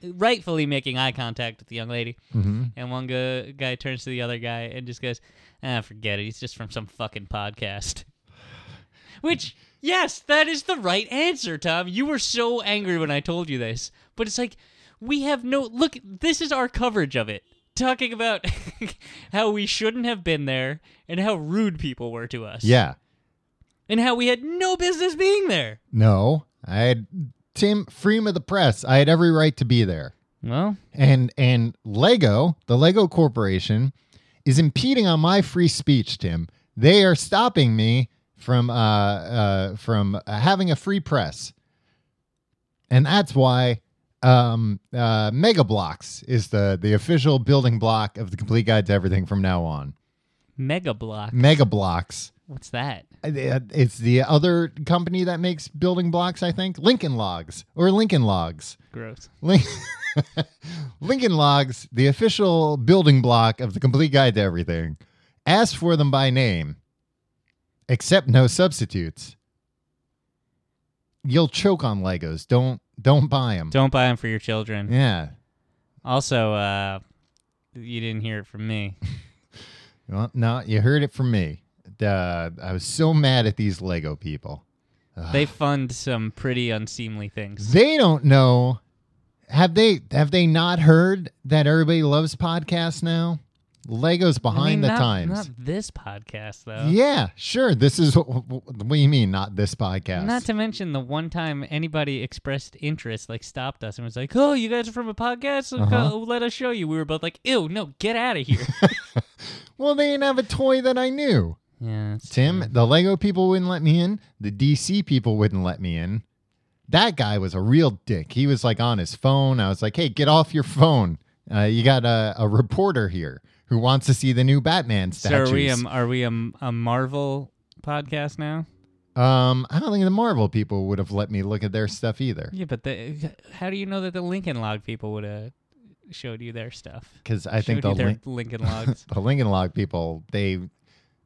rightfully making eye contact with the young lady. Mm-hmm. And one go- guy turns to the other guy and just goes, ah, forget it. He's just from some fucking podcast. Which, yes, that is the right answer, Tom. You were so angry when I told you this. But it's like, we have no. Look, this is our coverage of it. Talking about how we shouldn't have been there and how rude people were to us. Yeah. And how we had no business being there. No, I had Tim Freedom of the Press. I had every right to be there. Well, And and Lego, the Lego Corporation, is impeding on my free speech, Tim. They are stopping me from uh, uh from uh, having a free press, and that's why um uh Mega Blocks is the the official building block of the Complete Guide to Everything from now on. Mega Block. Mega Blocks, What's that? uh, it's the other company that makes building blocks. I think Lincoln Logs or Lincoln Logs. Gross. Link- Lincoln Logs, the official building block of the complete guide to everything, asks for them by name. Accept no substitutes. You'll choke on Legos. Don't don't buy them. Don't buy them for your children. Yeah. Also, uh, you didn't hear it from me. Well, no, you heard it from me. Duh, I was so mad at these Lego people. They fund some pretty unseemly things. They don't know. Have they? Have they not heard that everybody loves podcasts now? Legos behind I mean, the not, times. Not this podcast, though. Yeah, sure. This is what, what do you mean, not this podcast? Not to mention the one time anybody expressed interest, like stopped us and was like, "Oh, you guys are from a podcast? Okay, Uh-huh. Let us show you." We were both like, "Ew, no, get out of here." well, they didn't have a toy that I knew. yeah, that's Tim, the Lego people wouldn't let me in. The DC people wouldn't let me in. That guy was a real dick. He was like on his phone. I was like, hey, get off your phone. Uh, you got a, a reporter here who wants to see the new Batman So statues. are we um are we um a Marvel podcast now? um, I don't think the Marvel people would have let me look at their stuff either. Yeah, but the, how do you know that the Lincoln Log people would have showed you their stuff? Because I showed think the you their link. Lincoln Logs. the Lincoln Log people, they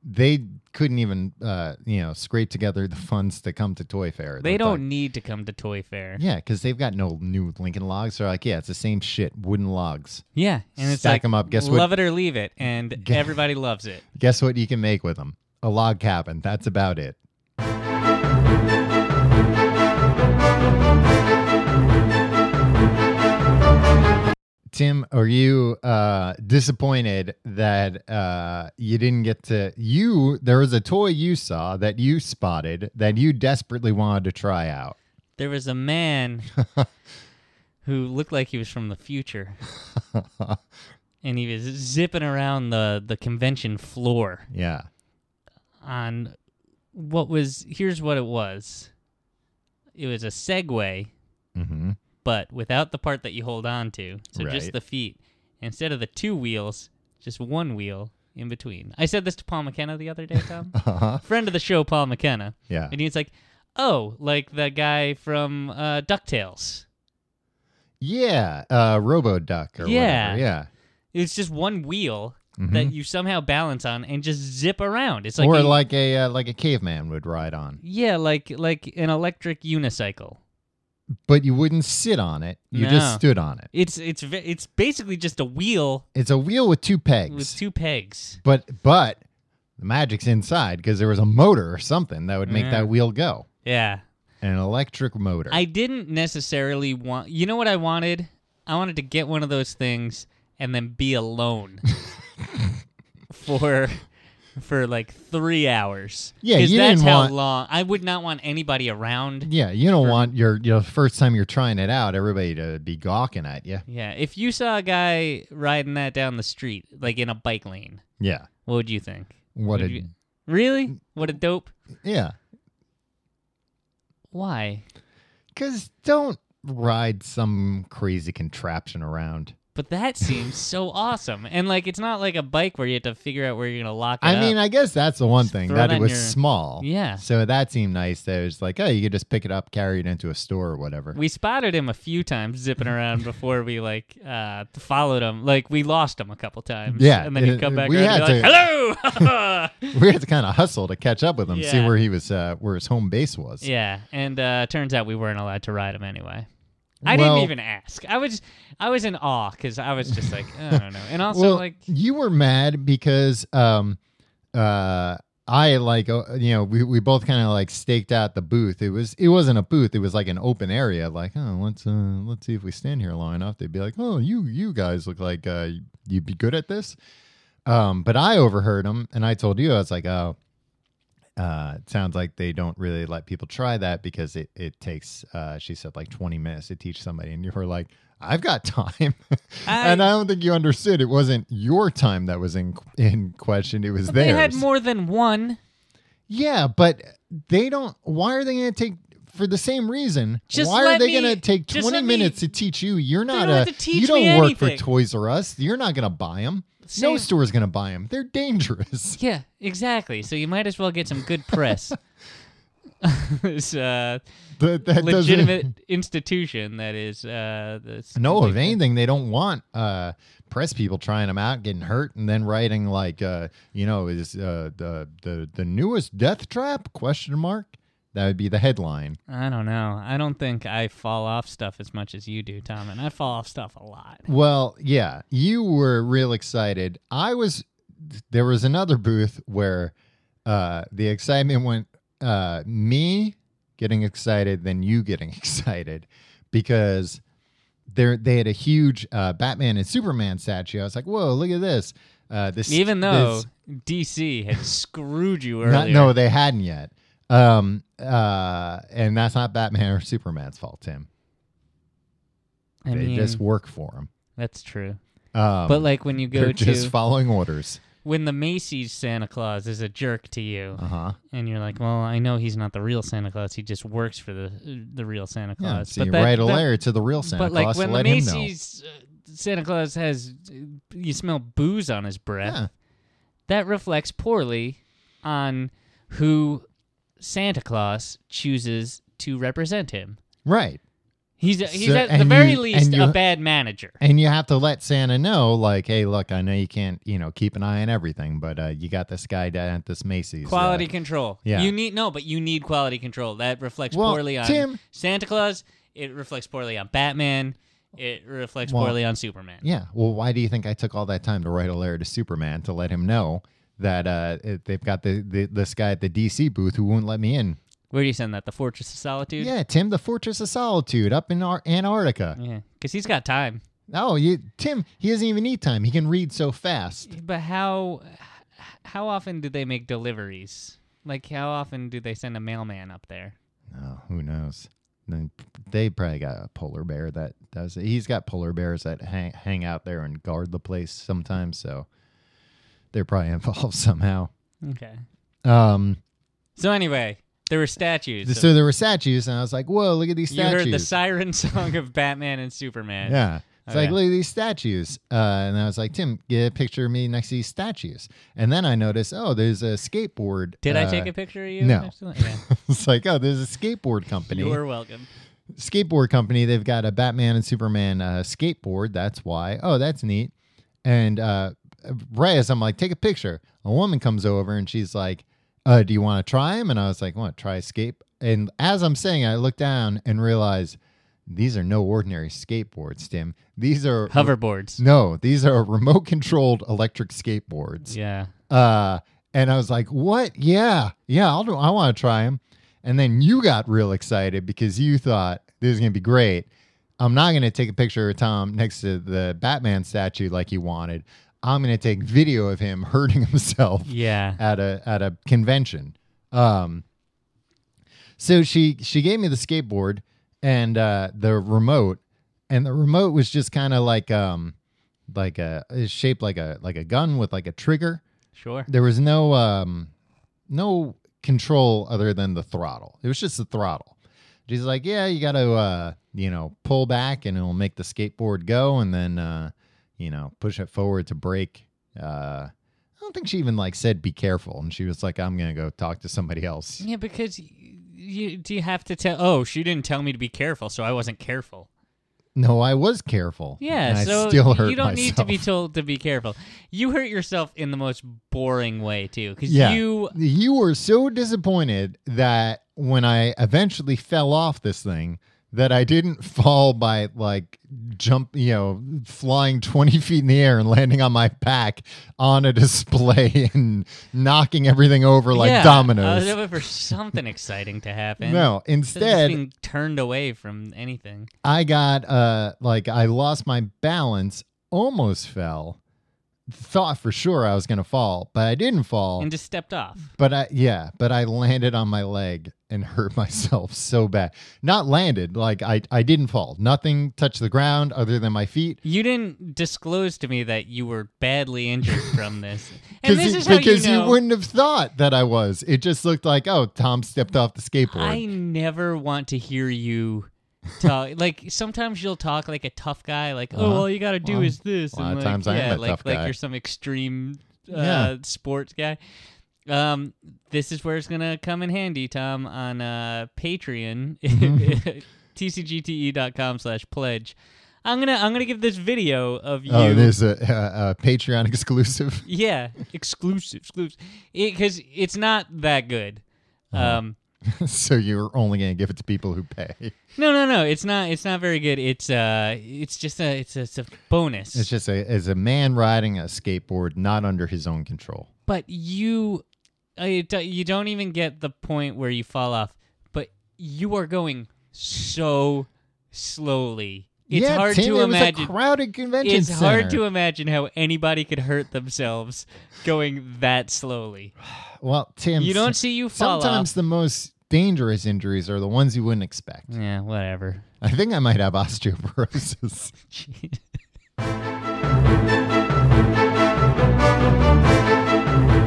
they couldn't even uh, you know scrape together the funds to come to Toy Fair. they They're don't like- need to come to Toy Fair. yeah, because they've got no new Lincoln Logs. They're like, yeah, it's the same shit, wooden logs. Yeah, and it's Stack like 'em up. Guess what- love it or leave it, and everybody loves it. Guess what you can make with them? A log cabin. That's about it. Tim, are you uh, disappointed that uh, you didn't get to you? There was a toy you saw that you spotted that you desperately wanted to try out. There was a man who looked like he was from the future, and he was zipping around the the convention floor yeah, on what was here's what it was. It was a Segway, hmm but without the part that you hold on to, so Right. just the feet instead of the two wheels, just one wheel in between. I said this to Paul McKenna the other day, Tom, uh-huh. friend of the show, Paul McKenna. yeah, And he's like, "Oh, like the guy from uh, Ducktales. yeah. Uh, Robo Duck or Yeah. whatever. Yeah, It's just one wheel that you somemew balance on and just zip around. It's like, Mm-hmm. or a- like a uh, like a caveman would ride on. yeah, like like an electric unicycle. but you wouldn't sit on it. You just No. stood on it. It's it's ve- it's basically just a wheel It's a wheel with two pegs. with two pegs. but but the magic's inside because there was a motor or something that would make Yeah. that wheel go. Yeah, An electric motor. I didn't necessarily want. You know what I wanted? I wanted to get one of those things and then be alone for for like three hours. Yeah, 'Cause you that's didn't how want- long. I would not want anybody around. yeah, you don't want your your first time you're trying it out, everybody to be gawking at you. Yeah, if you saw a guy riding that down the street, like in a bike lane, Yeah. what would you think? What Would a you- Really? What a dope. yeah. Why? Because don't ride some crazy contraption around. But that seems so awesome. And like, it's not like a bike where you have to figure out where you're gonna lock it I mean, up. I guess that's the one Just thing throw that it it on was your- small. Yeah. So that seemed nice. That it was like, oh, you could just pick it up, carry it into a store or whatever. we spotted him a few times zipping around before we like uh followed him. Like we lost him a couple times. Yeah, and then he'd it- come back we around and had be like, "Hello." we had to kind of hustle to catch up with him, see Yeah. where he was, uh, where his home base was. yeah, and uh turns out we weren't allowed to ride him anyway. I Well- didn't even ask. I was I was in awe because I was just like I don't know, and also well, like you were mad because, um, uh, I like, uh, you know, we, we both kind of like staked out the booth. It was, it wasn't a booth. It was like an open area. Like, oh, let's, uh, let's see if we stand here long enough. They'd be like, oh, you, you guys look like, uh, you'd be good at this. Um, but I overheard him and I told you, I was like, oh, uh, it sounds like they don't really let people try that because it, it takes, uh, she said, like 20 minutes to teach somebody. And you were like, I've got time. I- and I don't think you understood. It wasn't your time that was in, in question, it was they theirs. had more than one. yeah, but they don't. Why are they going to take. For the same reason, Just why are let they me- going to take just twenty let me- minutes to teach you? You're not don't have a to teach you don't me work for anything. Toys R Us. You're not going to buy them. No Same- store's going to buy them. They're dangerous. Yeah, exactly. So you might as well get some good press. this uh, That, that doesn't- legitimate institution that is uh, this No, if completely- anything, they don't want uh, press people trying them out, getting hurt, and then writing like, uh, you know, is uh, the the the newest death trap? Question mark. That would be the headline. I don't know. I don't think I fall off stuff as much as you do, Tom, and I fall off stuff a lot. Well, yeah, you were real excited. I was. There was another booth where uh, the excitement went uh, me getting excited, then you getting excited because there they had a huge uh, Batman and Superman statue. I was like, whoa, look at this. Uh, this Even though this- DC had screwed you earlier. Not, no, they hadn't yet. Um, uh, and that's not Batman or Superman's fault, Tim. I they mean, just work for him. that's true. Um, But like when you go they're to just following orders. when the Macy's Santa Claus is a jerk to you, Uh huh. and you're like, "Well, I know he's not the real Santa Claus. He just works for the uh, the real Santa Claus." Yeah, so you that- write a that- letter to the real Santa but like Claus when to the let him know. Macy's uh, Santa Claus has, uh, you smell booze on his breath. Yeah. That reflects poorly on who Santa Claus chooses to represent him. Right. He's he's So- at the and very you- least and you- a bad manager. And you have to let Santa know, like, hey, look, I know you can't, you know, keep an eye on everything, but uh, you got this guy down at this Macy's. uh, Quality control. yeah. You need no, but you need quality control. That reflects Well, poorly on Tim- Santa Claus. It reflects poorly on Batman. It reflects Well, poorly on Superman. Yeah. Well, why do you think I took all that time to write a letter to Superman to let him know that uh, it- they've got the, the this guy at the DC booth who won't let me in? Where do you send that? The Fortress of Solitude. Yeah, Tim, the Fortress of Solitude up in Ar- Antarctica. Yeah. Because he's got time. Oh, you, Tim, he doesn't even need time. He can read so fast. But how how often do they make deliveries? Like how often do they send a mailman up there? Oh, who knows? Then they probably got a polar bear that does it. He's got polar bears that hang, hang out there and guard the place sometimes, so they're probably involved somehow. Okay. Um, So anyway, there were statues. so there were statues, and I was like, "Whoa, look at these you statues!" heard the Oh, siren song of Batman and Superman. Yeah. It's like, Okay. look at these statues. Uh, and I was like, Tim, get a picture of me next to these statues. And then I noticed, oh, there's a skateboard. Did I uh, take a picture of you? no. next to- Yeah. it's like, oh, there's a skateboard company. You're welcome. skateboard company. They've got a Batman and Superman uh, skateboard. That's why. Oh, that's neat. And uh, right as I'm like, take a picture, a woman comes over and she's like, uh, do you want to try him? And I was like, want to try skate? And as I'm saying, I look down and realize these are no ordinary skateboards, Tim. These are Hoverboards. no, these are remote controlled electric skateboards. Yeah. Uh, and I was like, "What? Yeah, yeah, I'll do. I want to try them." And then you got real excited because you thought this is gonna be great. I'm not gonna take a picture of Tom next to the Batman statue like you wanted. I'm gonna take video of him hurting himself Yeah. at a at a convention. Um, so she she gave me the skateboard and uh, the remote, and the remote was just kind of like um like a it's shaped like a like a gun with like a trigger Sure. there was no um no control other than the throttle it was just the throttle she's like yeah you gotta uh you know pull back and it'll make the skateboard go and then uh you know push it forward to brake uh i don't think she even like said be careful and she was like i'm gonna go talk to somebody else Yeah, because y- you do you have to tell? Oh, she didn't tell me to be careful, so I wasn't careful. no i was careful Yeah, and I so still hurt you don't need to myself. be told to be careful. You hurt yourself in the most boring way too, because Yeah. you you were so disappointed that when I eventually fell off this thing, that I didn't fall by like jump, you know, flying 20 feet in the air and landing on my back on a display and knocking everything over like yeah, uh, I was dominoes. hoping for something exciting to happen. no, Instead of just instead, being turned away from anything. I got uh like I lost my balance, almost fell. Thought for sure I was going to fall, but I didn't fall. and just stepped off. But I yeah, but I landed on my leg and hurt myself so bad. Not landed, like I I didn't fall. Nothing touched the ground other than my feet. You didn't disclose to me that you were badly injured from this. And 'Cause this you- is how because you know. wouldn't have thought that I was. It just looked like, oh, Tom stepped off the I skateboard. never want to hear you talk. like sometimes you'll talk like a tough guy, like, "Oh, Uh-huh. all you got to do Well, is this." a lot and of like, times I yeah, am a like, tough like guy. you're some extreme uh, Yeah. sports guy. Um, this is where it's gonna come in handy, Tom, on uh, Patreon, Mm-hmm. tcgte.com E slash pledge. I'm gonna I'm gonna give this video of you. Oh, there's a, a, a Patreon exclusive. yeah, exclusive, exclusive, because it's not that good. Uh-huh. Um, so you're only going to give it to people who pay. no, no, no, it's not. It's not very good. It's uh, it's just a it's a, it's a bonus. It's just a as a man riding a skateboard not under his own control. but you uh, it- you don't even get the point where you fall off but you are going so slowly it's yeah, hard Tim, to it imagine Was a crowded convention it's hard center. to imagine how anybody could hurt themselves going that slowly Well, Tim, you don't s- see you fall sometimes the most dangerous injuries are the ones you wouldn't expect. off yeah whatever I think I might have osteoporosis.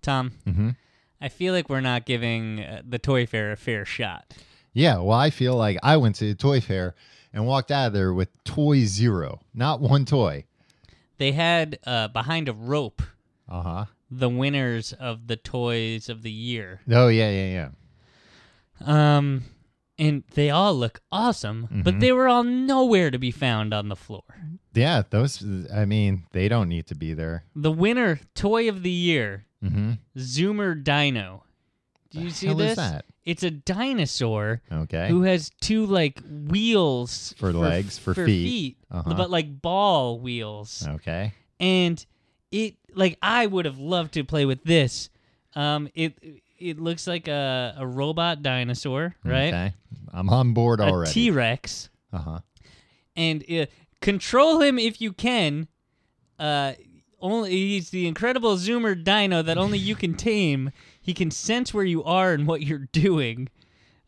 Tom, Mhm. I feel like we're not giving uh, the Toy Fair a fair shot. yeah, well, I feel like I went to the toy fair and walked out of there with toy zero, not one toy. They had uh, behind a rope Uh huh. the winners of the toys of the year. Oh yeah, yeah, yeah. Um, and they all look awesome, Mm-hmm. but they were all nowhere to be found on the floor. Yeah, those. I mean, they don't need to be there. The winner toy of the year, Mm-hmm. Zoomer Dino. Do you see hell this? is that? It's a dinosaur Okay. who has two like wheels For legs, for feet. Uh-huh. but like ball wheels. okay. and it like I would have loved to play with this. Um, it it looks like a, a robot dinosaur, right? Okay. I'm on board A Mm, already. T Rex, uh huh. and uh, control him if you can. Uh, only he's the incredible Zoomer Dino that only you can tame. He can sense where you are and what you're doing.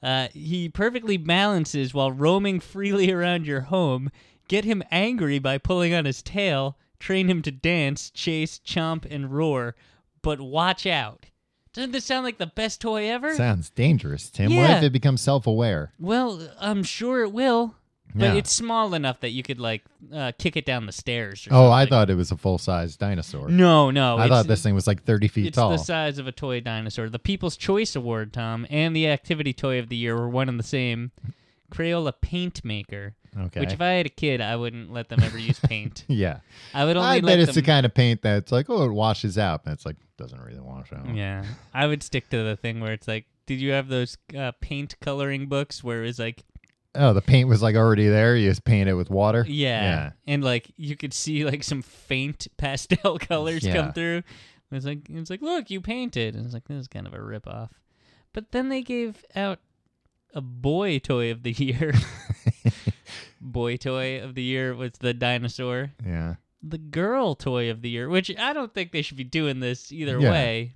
Uh, he perfectly balances while roaming freely around your home. Get him angry by pulling on his tail. Train him to dance, chase, chomp, and roar. But watch out. Doesn't this sound like the best toy ever? Sounds dangerous, Tim. What Yeah. if it becomes self-aware? well, I'm sure it will. But Yeah. it's small enough that you could, like, uh, kick it down the stairs. Or Oh, I something. thought it was a full-size dinosaur. No, no. I it's- thought this thing was like 30 feet It's tall. the size of a toy dinosaur. The People's Choice Award, Tom, and the Activity Toy of the Year were one and the same. Crayola Paint Maker. okay. Which, if I had a kid, I wouldn't let them ever use paint. yeah. I would only I let bet it's the them. kind of paint that's like, oh, it washes out, and it's like doesn't really wash out. yeah, I would stick to the thing where it's like, did you have those uh, paint coloring books where it was like, Oh, the paint was like already there. You just paint it with water. yeah, and like you could see like some faint pastel colors Yeah. come through. It was like, it's like, look, you painted, and it's like this is kind of a rip off. But then they gave out a boy toy of the year. boy toy of the year was the dinosaur. Yeah. Yeah. the girl toy of the year, which I don't think they should be doing this either Yeah. way,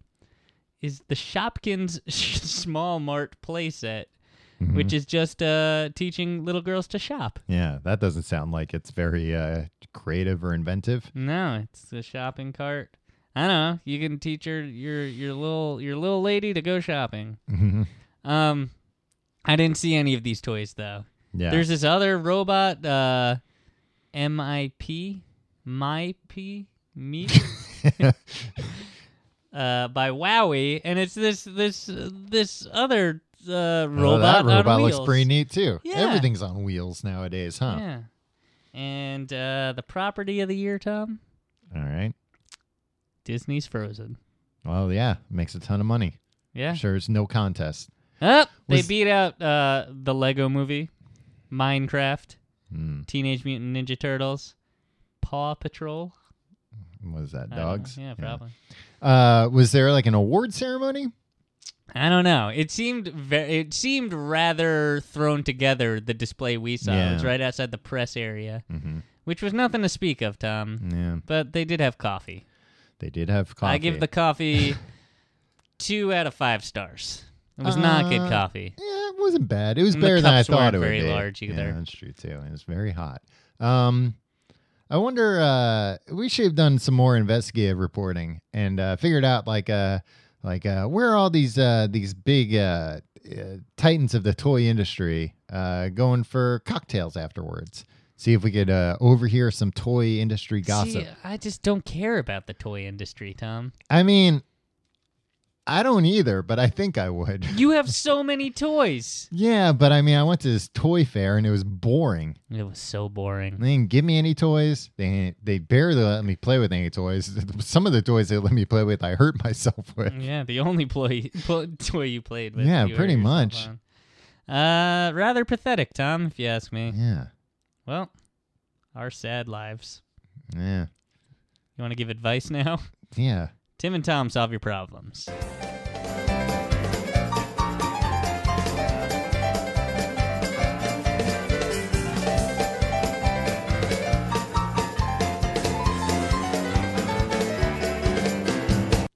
is the Shopkins Small Mart playset, Mm-hmm. which is just uh, teaching little girls to shop. Yeah, that doesn't sound like it's very uh, creative or inventive. No, it's a shopping cart. I don't know. You can teach your your your little your little lady to go shopping. Mhm. Um, I didn't see any of these toys though. Yeah. There's this other robot, uh, MIP, MIP, Meep. uh, by Wowie, and it's this this this other uh, robot Oh, that on robot wheels. looks pretty neat too. Yeah. Everything's on wheels nowadays, huh? Yeah. And uh, the property of the year, Tom, All right. Disney's Frozen. Well, yeah, makes a ton of money. Yeah. Sure, it's no contest. Up. Was- They beat out uh, the Lego Movie, Minecraft, Mm, Teenage Mutant Ninja Turtles, Paw Patrol. what is that? I don't know. Dogs? Yeah, probably. Uh, was there like an award ceremony? I don't know. It seemed very. It seemed rather thrown together. The display we saw It was Yeah. right outside the press area, Mhm. which was nothing to speak of, Tom. Yeah, But they did have coffee. they did have coffee. I give the coffee two out of five stars. It was not good Uh, coffee. Yeah, it wasn't bad. It was And the better than I cups thought weren't it would very be. large either. Yeah, that's true too. And it's very hot. Um, I wonder. Uh, we should have done some more investigative reporting and uh, figured out like uh, like uh, where are all these uh, these big uh, uh, titans of the toy industry uh, going for cocktails afterwards. see if we could uh, overhear some toy industry gossip. See, I just don't care about the toy industry, Tom. I mean, I don't either, but I think I would. You have so many toys. Yeah, but I mean, I went to this toy fair and it was boring. It was so They boring. didn't give me any toys. They they barely let me play with any toys. Some of the toys they let me play with, I hurt myself with. Mm, Yeah, the only ploy, pl- toy you played with. Yeah, you pretty hurt yourself much. on. Uh, rather pathetic, Tom, if you ask me. Yeah, Well, our sad lives. yeah, You want to give advice now? yeah. Tim and Tom solve your problems.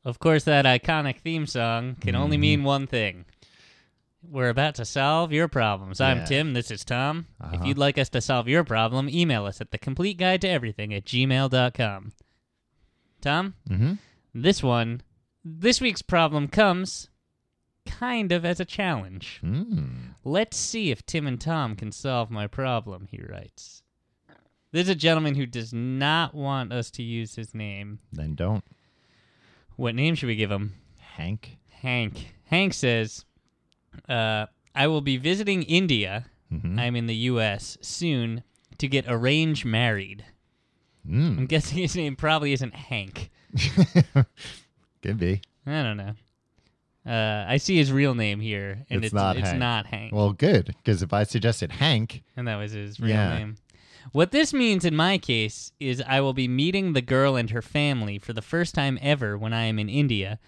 Of course, that iconic theme song can only Mm-hmm. mean one thing. We're about to solve your problems. I'm Yeah. Tim. This is Tom. If Uh-huh. you'd like us to solve your problem, email us at the complete guide to everything at gmail.com. Tom? Mm-hmm. This one, this week's problem comes kind of as a challenge. Mm. Let's see if Tim and Tom can solve my problem, he writes. There's a gentleman who does not want us to use his name. Then don't, What name should we give him? Hank. Hank. Hank says, uh, I will be visiting India. Mm-hmm. I'm in the U.S. soon to get arranged married. I'm Mm. guessing his name probably isn't Hank. Could be. I don't know. Uh, I see his real name here, and it's, It's not it's Hank. not Hank, Well, good because if I suggested Hank, and that was his real Yeah. name. What this means in my case is I will be meeting the girl and her family for the first time ever when I am in India.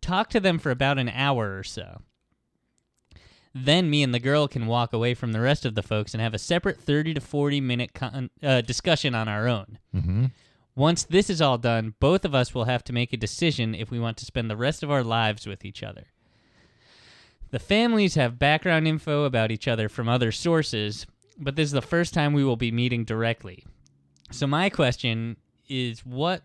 Talk to them for about an hour or so. Then me and the girl can walk away from the rest of the folks and have a separate 30 to 40 minute con- uh, discussion on our own. mm-hmm. Once this is all done, both of us will have to make a decision if we want to spend the rest of our lives with each other. The families have background info about each other from other sources, but this is the first time we will be meeting directly. So, my question is what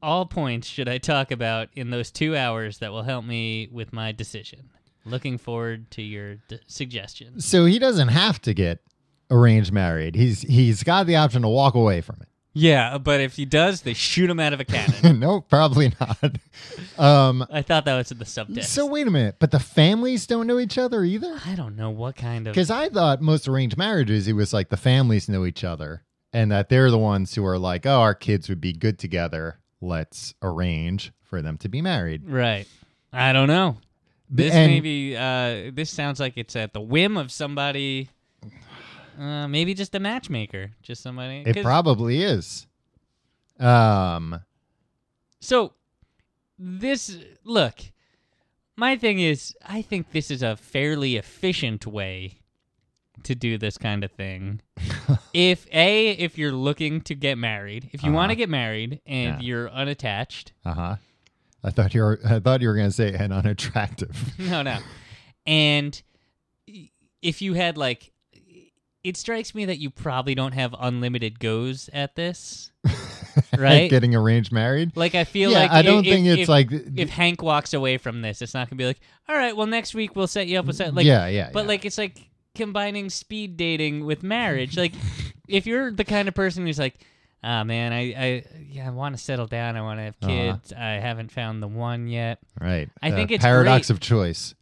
all points should I talk about in those two hours that will help me with my decision? Looking forward to your d- suggestions. so he doesn't have to get arranged married. He's he's got the option to walk away from it. Yeah, but if he does, they shoot him out of a cannon. no, probably not. Um, I thought that was in the subtext. so wait a minute, but the families don't know each other either. I don't know what kind of Because I thought most arranged marriages, it was like the families know each other and that they're the ones who are like, oh, our kids would be good together. Let's arrange for them to be married. Right. I don't know. This and- maybe uh this sounds like it's at the whim of somebody uh maybe just a matchmaker, just somebody. It 'cause- probably is. Um, so this look, my thing is I think this is a fairly efficient way to do this kind of thing. if A if you're looking to get married, if you want to Uh-huh. get married and Yeah. you're unattached, uh huh. I thought you were. I thought you were going to say and unattractive. No, no. And i- if you had like it strikes me that you probably don't have unlimited goes at this. Right? Getting arranged married. like I feel yeah, like I i- don't if- think it's if- like. if Hank walks away from this, it's not going to be like, "All right, well next week we'll set you up with set like yeah, yeah. but yeah. like it's like combining speed dating with marriage. Like if you're the kind of person who's like, "Ah man, I I yeah, I want to settle down. I want to have Uh-huh. kids. I haven't found the one yet." right. Uh, I think it's paradox great. of choice.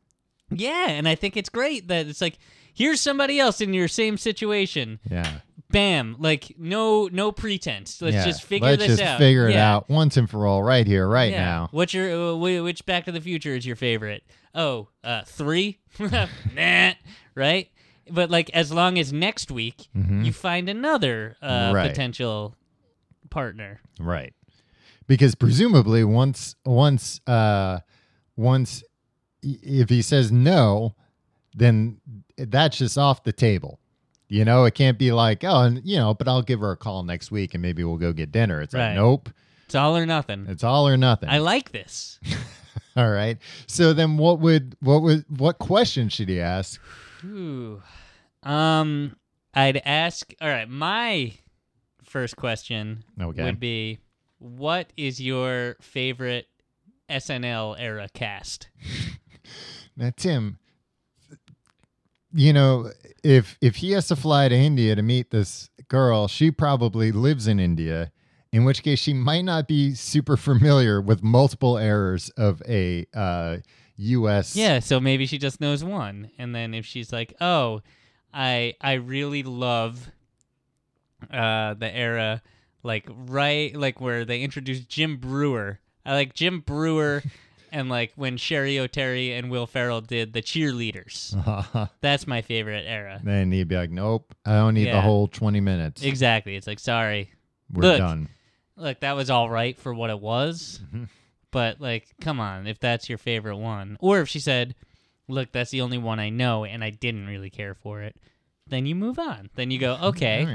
Yeah, and I think it's great that it's like here's somebody else in your same situation. Yeah. Bam, like no no pretense. Let's yeah. just figure Let's this just out. Figure it Yeah, out once and for all, right here, right yeah. now. What's your uh, wh- which Back to the Future is your favorite? Oh, uh 3? nah, right? But like as long as next week Mhm. you find another uh, Right. potential partner. Right. Because presumably once once uh once i- if he says no, then that's just off the table. You know, it can't be like, oh, and you know, but I'll give her a call next week and maybe we'll go get dinner. It's Right. like, nope, It's all or nothing. it's all or nothing. I like this. all right. So then, what would what would what question should he ask? Ooh. Um, I'd ask. All right, my first question Okay. would be, what is your favorite SNL era cast? Now, Tim, you know, if if he has to fly to India to meet this girl, she probably lives in India, in which case she might not be super familiar with multiple errors of a uh, U.S. Yeah, so maybe she just knows one, and then if she's like, "Oh, I I really love uh, the era, like right, like where they introduced Jim Brewer. I like Jim Brewer, and like when Sherry O'Terry and Will Ferrell did the cheerleaders. That's my favorite era. then he'd be like, "Nope, I don't need the Yeah. whole twenty minutes. Exactly. It's like sorry, We're look. done." look, that was all right for what it was. Mm-hmm. But like, come on, if that's your favorite one, or if she said, "Look, that's the only one I know, and I didn't really care for it," then you move on. Then you go, "Okay, All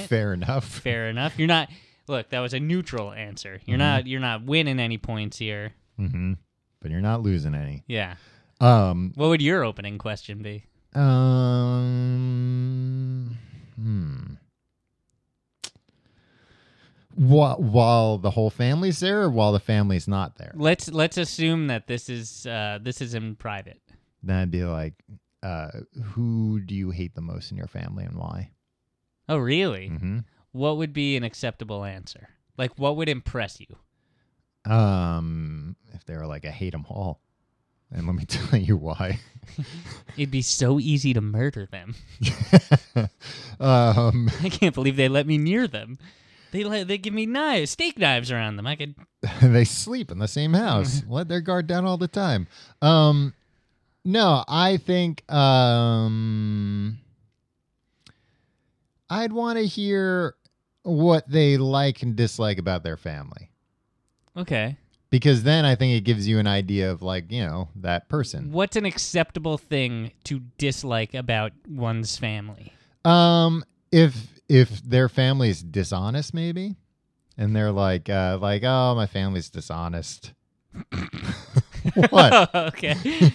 right, fair enough. fair enough." You're not. Look, that was a neutral answer. You're Mm-hmm. not. You're not winning any points here. hmm But you're not losing any. Yeah. Um, What would your opening question be? Um, hmm. While, while the whole family's there, or while the family's not there, Let's let's assume that this is uh, this is in private. then I'd be like, uh, "Who do you hate the most in your family, and why?" Oh, really? hmm What would be an acceptable answer? Like, what would impress you? Um, if they were like, "I hate them all," and let me tell you why. It'd be so easy to murder them. um, I can't believe they let me near them. They let, they give me knives, steak knives around them. I could. they sleep in the same house. Let their guard down all the time. Um, no, I think um, I'd want to hear what they like and dislike about their family Okay. because then I think it gives you an idea of like you know that person. What's an acceptable thing to dislike about one's family? Um, if if their family's dishonest, maybe, and they're like uh, like oh my family's dishonest. what? okay.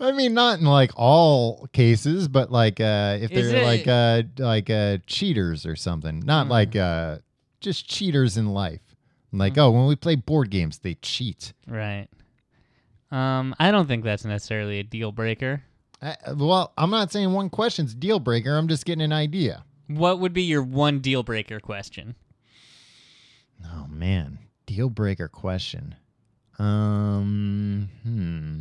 I mean, not in like all cases, but like uh, if Is they're it- Hmm. like uh, like uh, cheaters or something, not like uh, just cheaters in life. Hmm. Like, oh, when we play board games, they cheat. right. Um, I don't think that's necessarily a deal breaker. I, Uh, well, I'm not saying one question's a deal breaker. I'm just getting an idea. What would be your one deal breaker question? Oh man, deal breaker question. Um, hmm.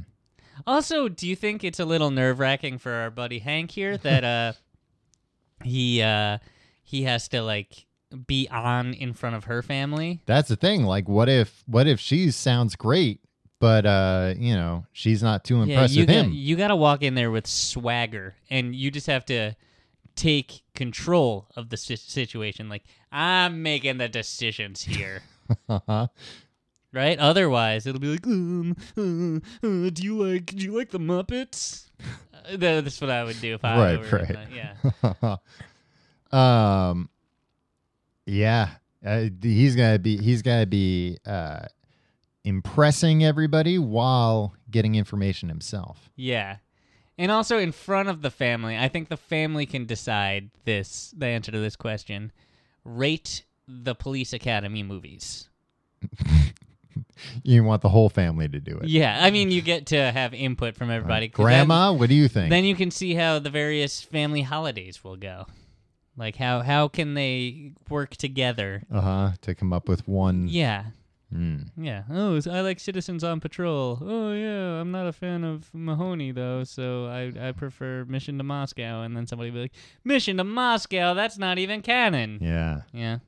Also, do you think it's a little nerve wracking for our buddy Hank here that uh he uh he has to like be on in front of her family? That's the thing. Like, what if what if she sounds great, but uh, you know, she's not too impressed you with got, him. You got to walk in there with swagger, and you just have to take control of the si- situation. Like I'm making the decisions here, Uh-huh. right? Otherwise, it'll be like, um, uh, uh, do you like do you like the Muppets? Uh, that- that's what I would do if I Right, were, uh, right. yeah. um yeah uh, he's gonna be he's gonna be uh impressing everybody while getting information himself Yeah. And also in front of the family, I think the family can decide this the answer to this question. Rate the police academy movies. you want the whole family to do it Yeah, I mean you get to have input from everybody. 'cause then- grandma what do you think Then, you can see how the various family holidays will go. Like how how can they work together? uh-huh to come up with one Yeah. Hmm. Yeah. Oh, I like Citizens on Patrol. Oh, yeah. I'm not a fan of Mahoney though, so I I prefer Mission to Moscow. And then somebody be like, Mission to Moscow. That's not even canon. Yeah. yeah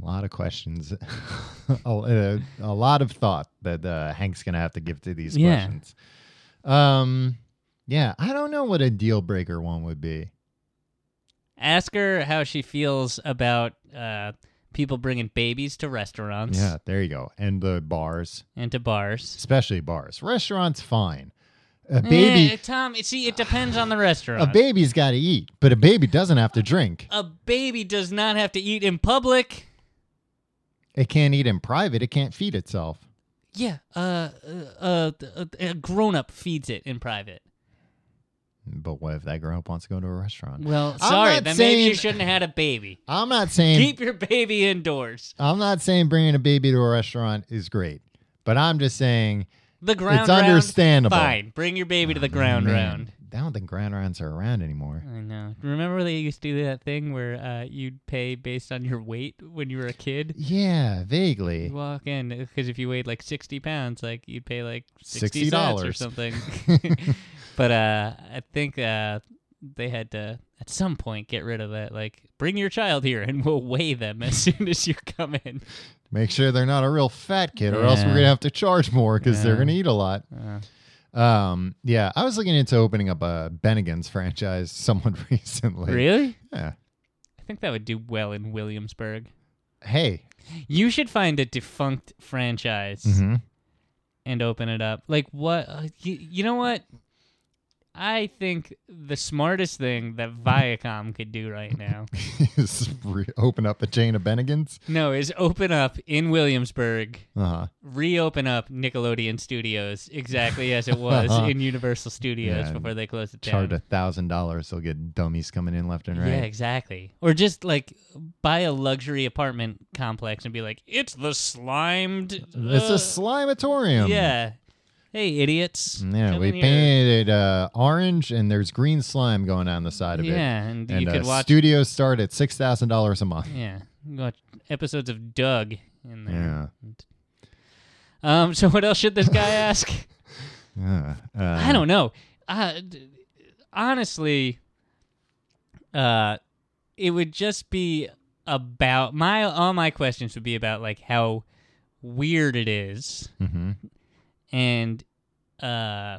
a lot of questions a, uh, a lot of thought that uh, hank's gonna have to give to these Yeah. questions um yeah i don't know what a deal breaker one would be Ask her how she feels about uh, people bringing babies to restaurants Yeah, there you go. And the bars, and to bars. especially bars. Restaurants, fine. A baby, Eh, Tom. See, it depends on the a restaurant. baby's got to eat, but a baby doesn't have to drink. a baby does not have to eat in public. It can't eat in private. It can't feed itself. Yeah, uh, uh, uh, a grown up feeds it in private. But what if that grown up wants to go to a restaurant? Well, I'm sorry, not then maybe saying- you shouldn't have had a baby. I'm not saying Keep your baby indoors. I'm not saying bringing a baby to a restaurant is great, but I'm just saying The ground it's round. understandable. Oh, Fine, bring your baby to the ground Man, round. I don't think ground rounds are around anymore. I know. Remember they used to do that thing where uh, you'd pay based on your weight when you were a kid. Yeah, vaguely. You walk in because if you weighed like sixty pounds, like you'd pay like sixty dollars or $60. something. but uh, I think uh, they had to at some point get rid of that. Like, bring your child here and we'll weigh them as soon as you come in. Make sure they're not a real fat kid, or else we're Yeah. gonna have to charge more because they're Yeah. gonna eat a lot. Uh, Um, yeah, I was looking into opening up a Bennigan's franchise somewhat recently. really? Yeah. I think that would do well in Williamsburg. Hey. You should find a defunct franchise Mhm. and open it up. Like what? Uh, you, you know what? I think the smartest thing that Viacom could do right now Is re- open up a chain of Bennigan's. no is open up in Williamsburg, Uh-huh. reopen up Nickelodeon Studios exactly as it was in Universal Studios Yeah, before they closed it down. Charge a thousand dollars, they'll get dummies coming in left and Yeah, right. exactly. Or just like buy a luxury apartment complex and be like, it's the slimed. It's a uh, slimatorium. Yeah. Hey, idiots. Um, Yeah, Come we in here. painted uh, orange, and there's green slime going on the side of it. Yeah, and, And you could uh, watch. studios start at six thousand dollars a month. yeah, you can watch episodes of Doug in there. Yeah. Um. So what else should this guy ask? Yeah. Uh, I don't know. Uh, d- honestly, uh, it would just be about my all my questions would be about like how weird it is mhm. and uh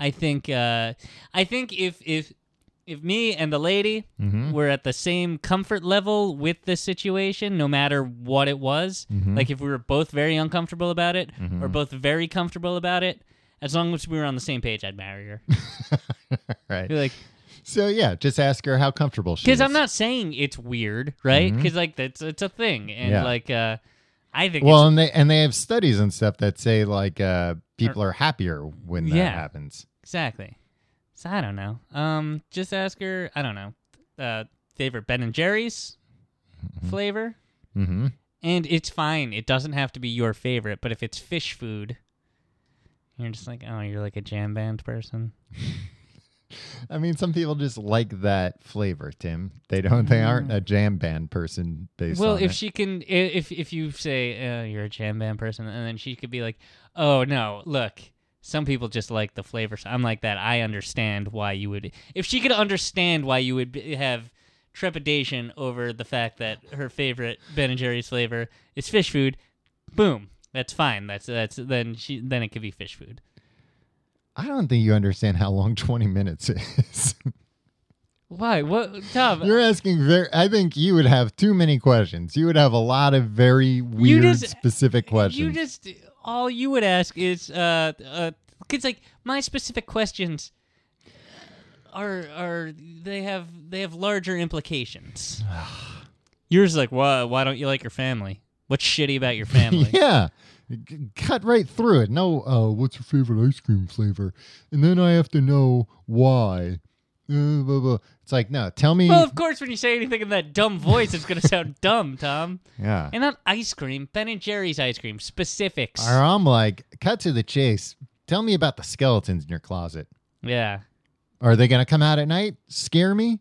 i think uh i think if if if me and the lady Mhm. were at the same comfort level with the situation no matter what it was Mhm. like if we were both very uncomfortable about it or Mhm. both very comfortable about it as long as we were on the same page i'd marry her right. Be like So yeah, just ask her how comfortable she is. because i'm not saying it's weird right Mhm. because like that's it's a thing and Yeah. like uh i think Well, and they and they have studies and stuff that say like uh, people are happier when that Yeah. happens. Exactly. So I don't know. Um, just ask her. I don't know. Uh, favorite Ben and Jerry's flavor, Mm-hmm. and it's fine. It doesn't have to be your favorite, but if it's fish food, you're just like, oh, you're like a jam band person. I mean, some people just like that flavor, Tim. They don't. They aren't a jam band person. Based Mm. well, on if it. she can, i- if if you say uh, you're a jam band person, and then she could be like, oh no, look. Some people just like the flavors. I'm like that. I understand why you would. If she could understand why you would b- have trepidation over the fact that her favorite Ben and Jerry's flavor is fish food, boom, that's fine. That's that's then she then it could be fish food. I don't think you understand how long twenty minutes is. Why? What, Tom? You're asking very. I think you would have too many questions. You would have a lot of very weird, just- specific questions. You just all you would ask is uh uh cuz like my specific questions are are they have they have larger implications. Yours is like why why don't you like your family? What's shitty about your family? yeah. G- Cut right through it. No, uh, what's your favorite ice cream flavor? And then I have to know why. Uh, blah, blah. It's like, no, tell me. Well, of course, when you say anything in that dumb voice, it's going to sound dumb, Tom. yeah. And not ice cream, Ben and Jerry's ice cream, specifics. Or I'm like, cut to the chase. Tell me about the skeletons in your closet. Yeah. Are they going to come out at night? Scare me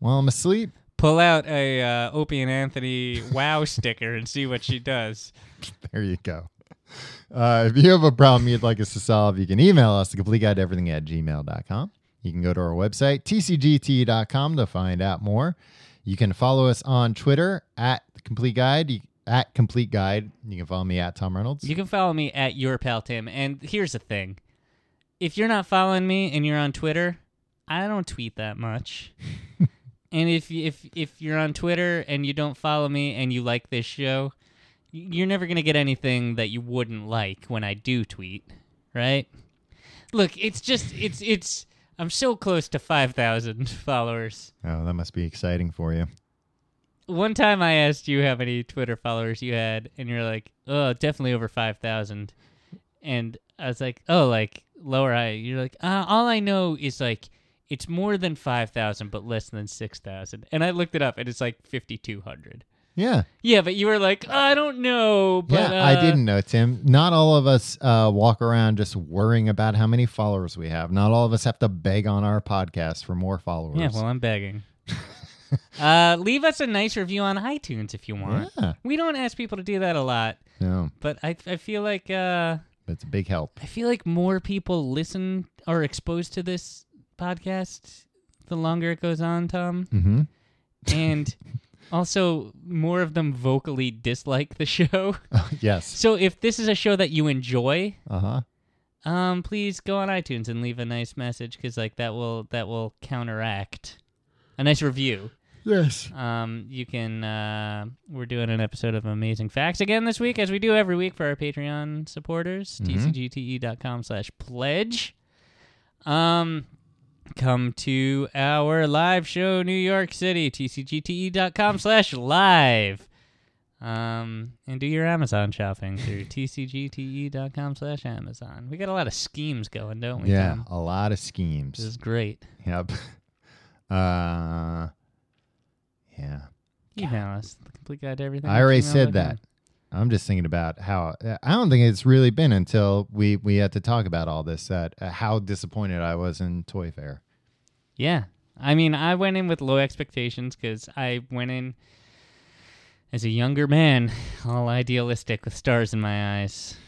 while I'm asleep? Pull out a uh, Opie and Anthony wow sticker and see what she does. There you go. Uh, if you have a problem you'd like us to solve, you can email us, the complete guide to everything at gmail.com. You can go to our website, tcgt.com, to find out more. You can follow us on Twitter at the complete guide. you- At complete guide, you can follow me at Tom Reynolds. You can follow me at your pal Tim. And here's the thing: if you're not following me and you're on Twitter, I don't tweet that much. and if you- if if you're on Twitter and you don't follow me and you like this show, y- you're never gonna get anything that you wouldn't like when I do tweet, right? Look, it's just it's it's. I'm so close to five thousand followers. oh, that must be exciting for you. One time I asked you how many Twitter followers you had, and you're like, "Oh, definitely over five thousand. And I was like, "Oh, like lower I." You're like, uh, "All I know is like it's more than five thousand, but less than six thousand. And I looked it up, and it's like fifty two hundred. Yeah. Yeah, but you were like, I don't know. But, yeah, I uh, didn't know, Tim. Not all of us uh, walk around just worrying about how many followers we have. Not all of us have to beg on our podcast for more followers. Yeah, well, I'm begging. uh, leave us a nice review on iTunes if you want. Yeah. We don't ask people to do that a lot, no, but I I feel like uh, it's a big help. I feel like more people listen are exposed to this podcast the longer it goes on, Tom, hmm and also more of them vocally dislike the show. yes. So if this is a show that you enjoy, Uh huh. um, please go on iTunes and leave a nice message because like that will that will counteract a nice review. Yes. Um, you can. Uh, we're doing an episode of Amazing Facts again this week, as we do every week for our Patreon supporters. Mhm. tcgte.com E slash pledge. Um, come to our live show, New York City. tcgte.com E slash live. Um, and do your Amazon shopping through tcgte.com E slash Amazon. We got a lot of schemes going, don't we? Yeah, Tom? a lot of This schemes. is great. Yep. Uh, yeah. Email us the complete guide to everything. I at already gmail.com. said that. I'm just thinking about how I don't think it's really been until we we had to talk about all this that uh, how disappointed I was in Toy Fair. Yeah. I mean, I went in with low expectations because I went in as a younger man, all idealistic with stars in my eyes.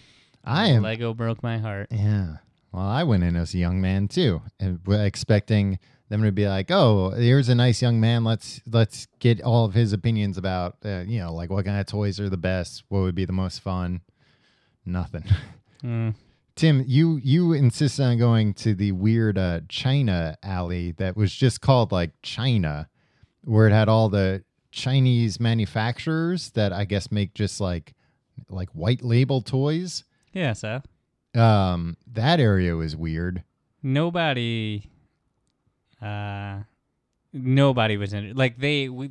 I am Lego broke my heart. Yeah. Well, I went in as a young man too, and we're expecting them to be like, "Oh, here's a nice young man. Let's let's get all of his opinions about, uh, you know, like what kind of toys are the best, what would be the most fun." Nothing. Mm. Tim, you you insisted on going to the weird uh, China alley that was just called like China, where it had all the Chinese manufacturers that I guess make just like like white label toys. Yeah, so Um, that area was weird. nobody, uh, nobody was in it. Like they, we,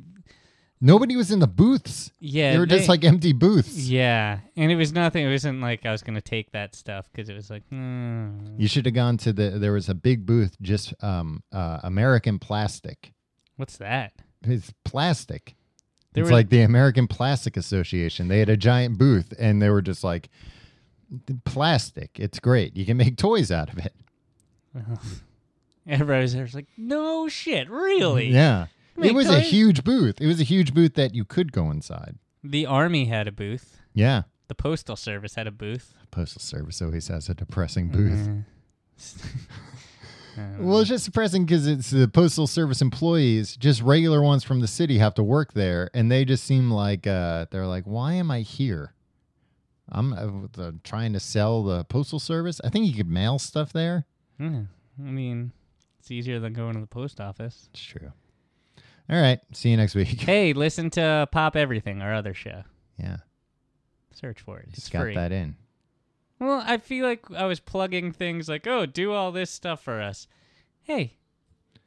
Nobody was in the booths. yeah, they were just they- like empty booths. yeah, and it was nothing. It wasn't like I was gonna take that stuff because it was like, mm. You should have gone to the. There was a big booth just um uh, American plastic. what's that? It's plastic. There it's were- like the American Plastic Association. They had a giant booth, and they were just like, "Plastic, it's great. You can make toys out of it." Everybody was, there, was like, no shit, really? Yeah, Make it was a toys? huge booth. It was a huge booth that you could go inside. The army had a booth. Yeah, The postal service had a booth. Postal Service always has a depressing booth. Um, Well, it's just depressing because it's the postal service employees, just regular ones from the city, have to work there, and they just seem like uh, they're like, "Why am I here? I'm uh, uh, trying to sell the postal service. I think you could mail stuff there. yeah, I mean, it's easier than going to the post office. It's true. All right, see you next week. Hey, listen to Pop Everything, our other show. yeah, Search for it. It's just got free. that in. Well, I feel like I was plugging things like, oh, do all this stuff for us. Hey,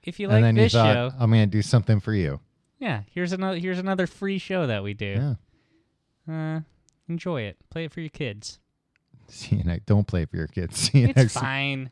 if you and like then you this thought, show, "I'm going to do something for you." yeah, here's another here's another free show that we do. Yeah. Uh, enjoy it. Play it for your kids. See you next. Don't play for your kids. See you It's next. fine.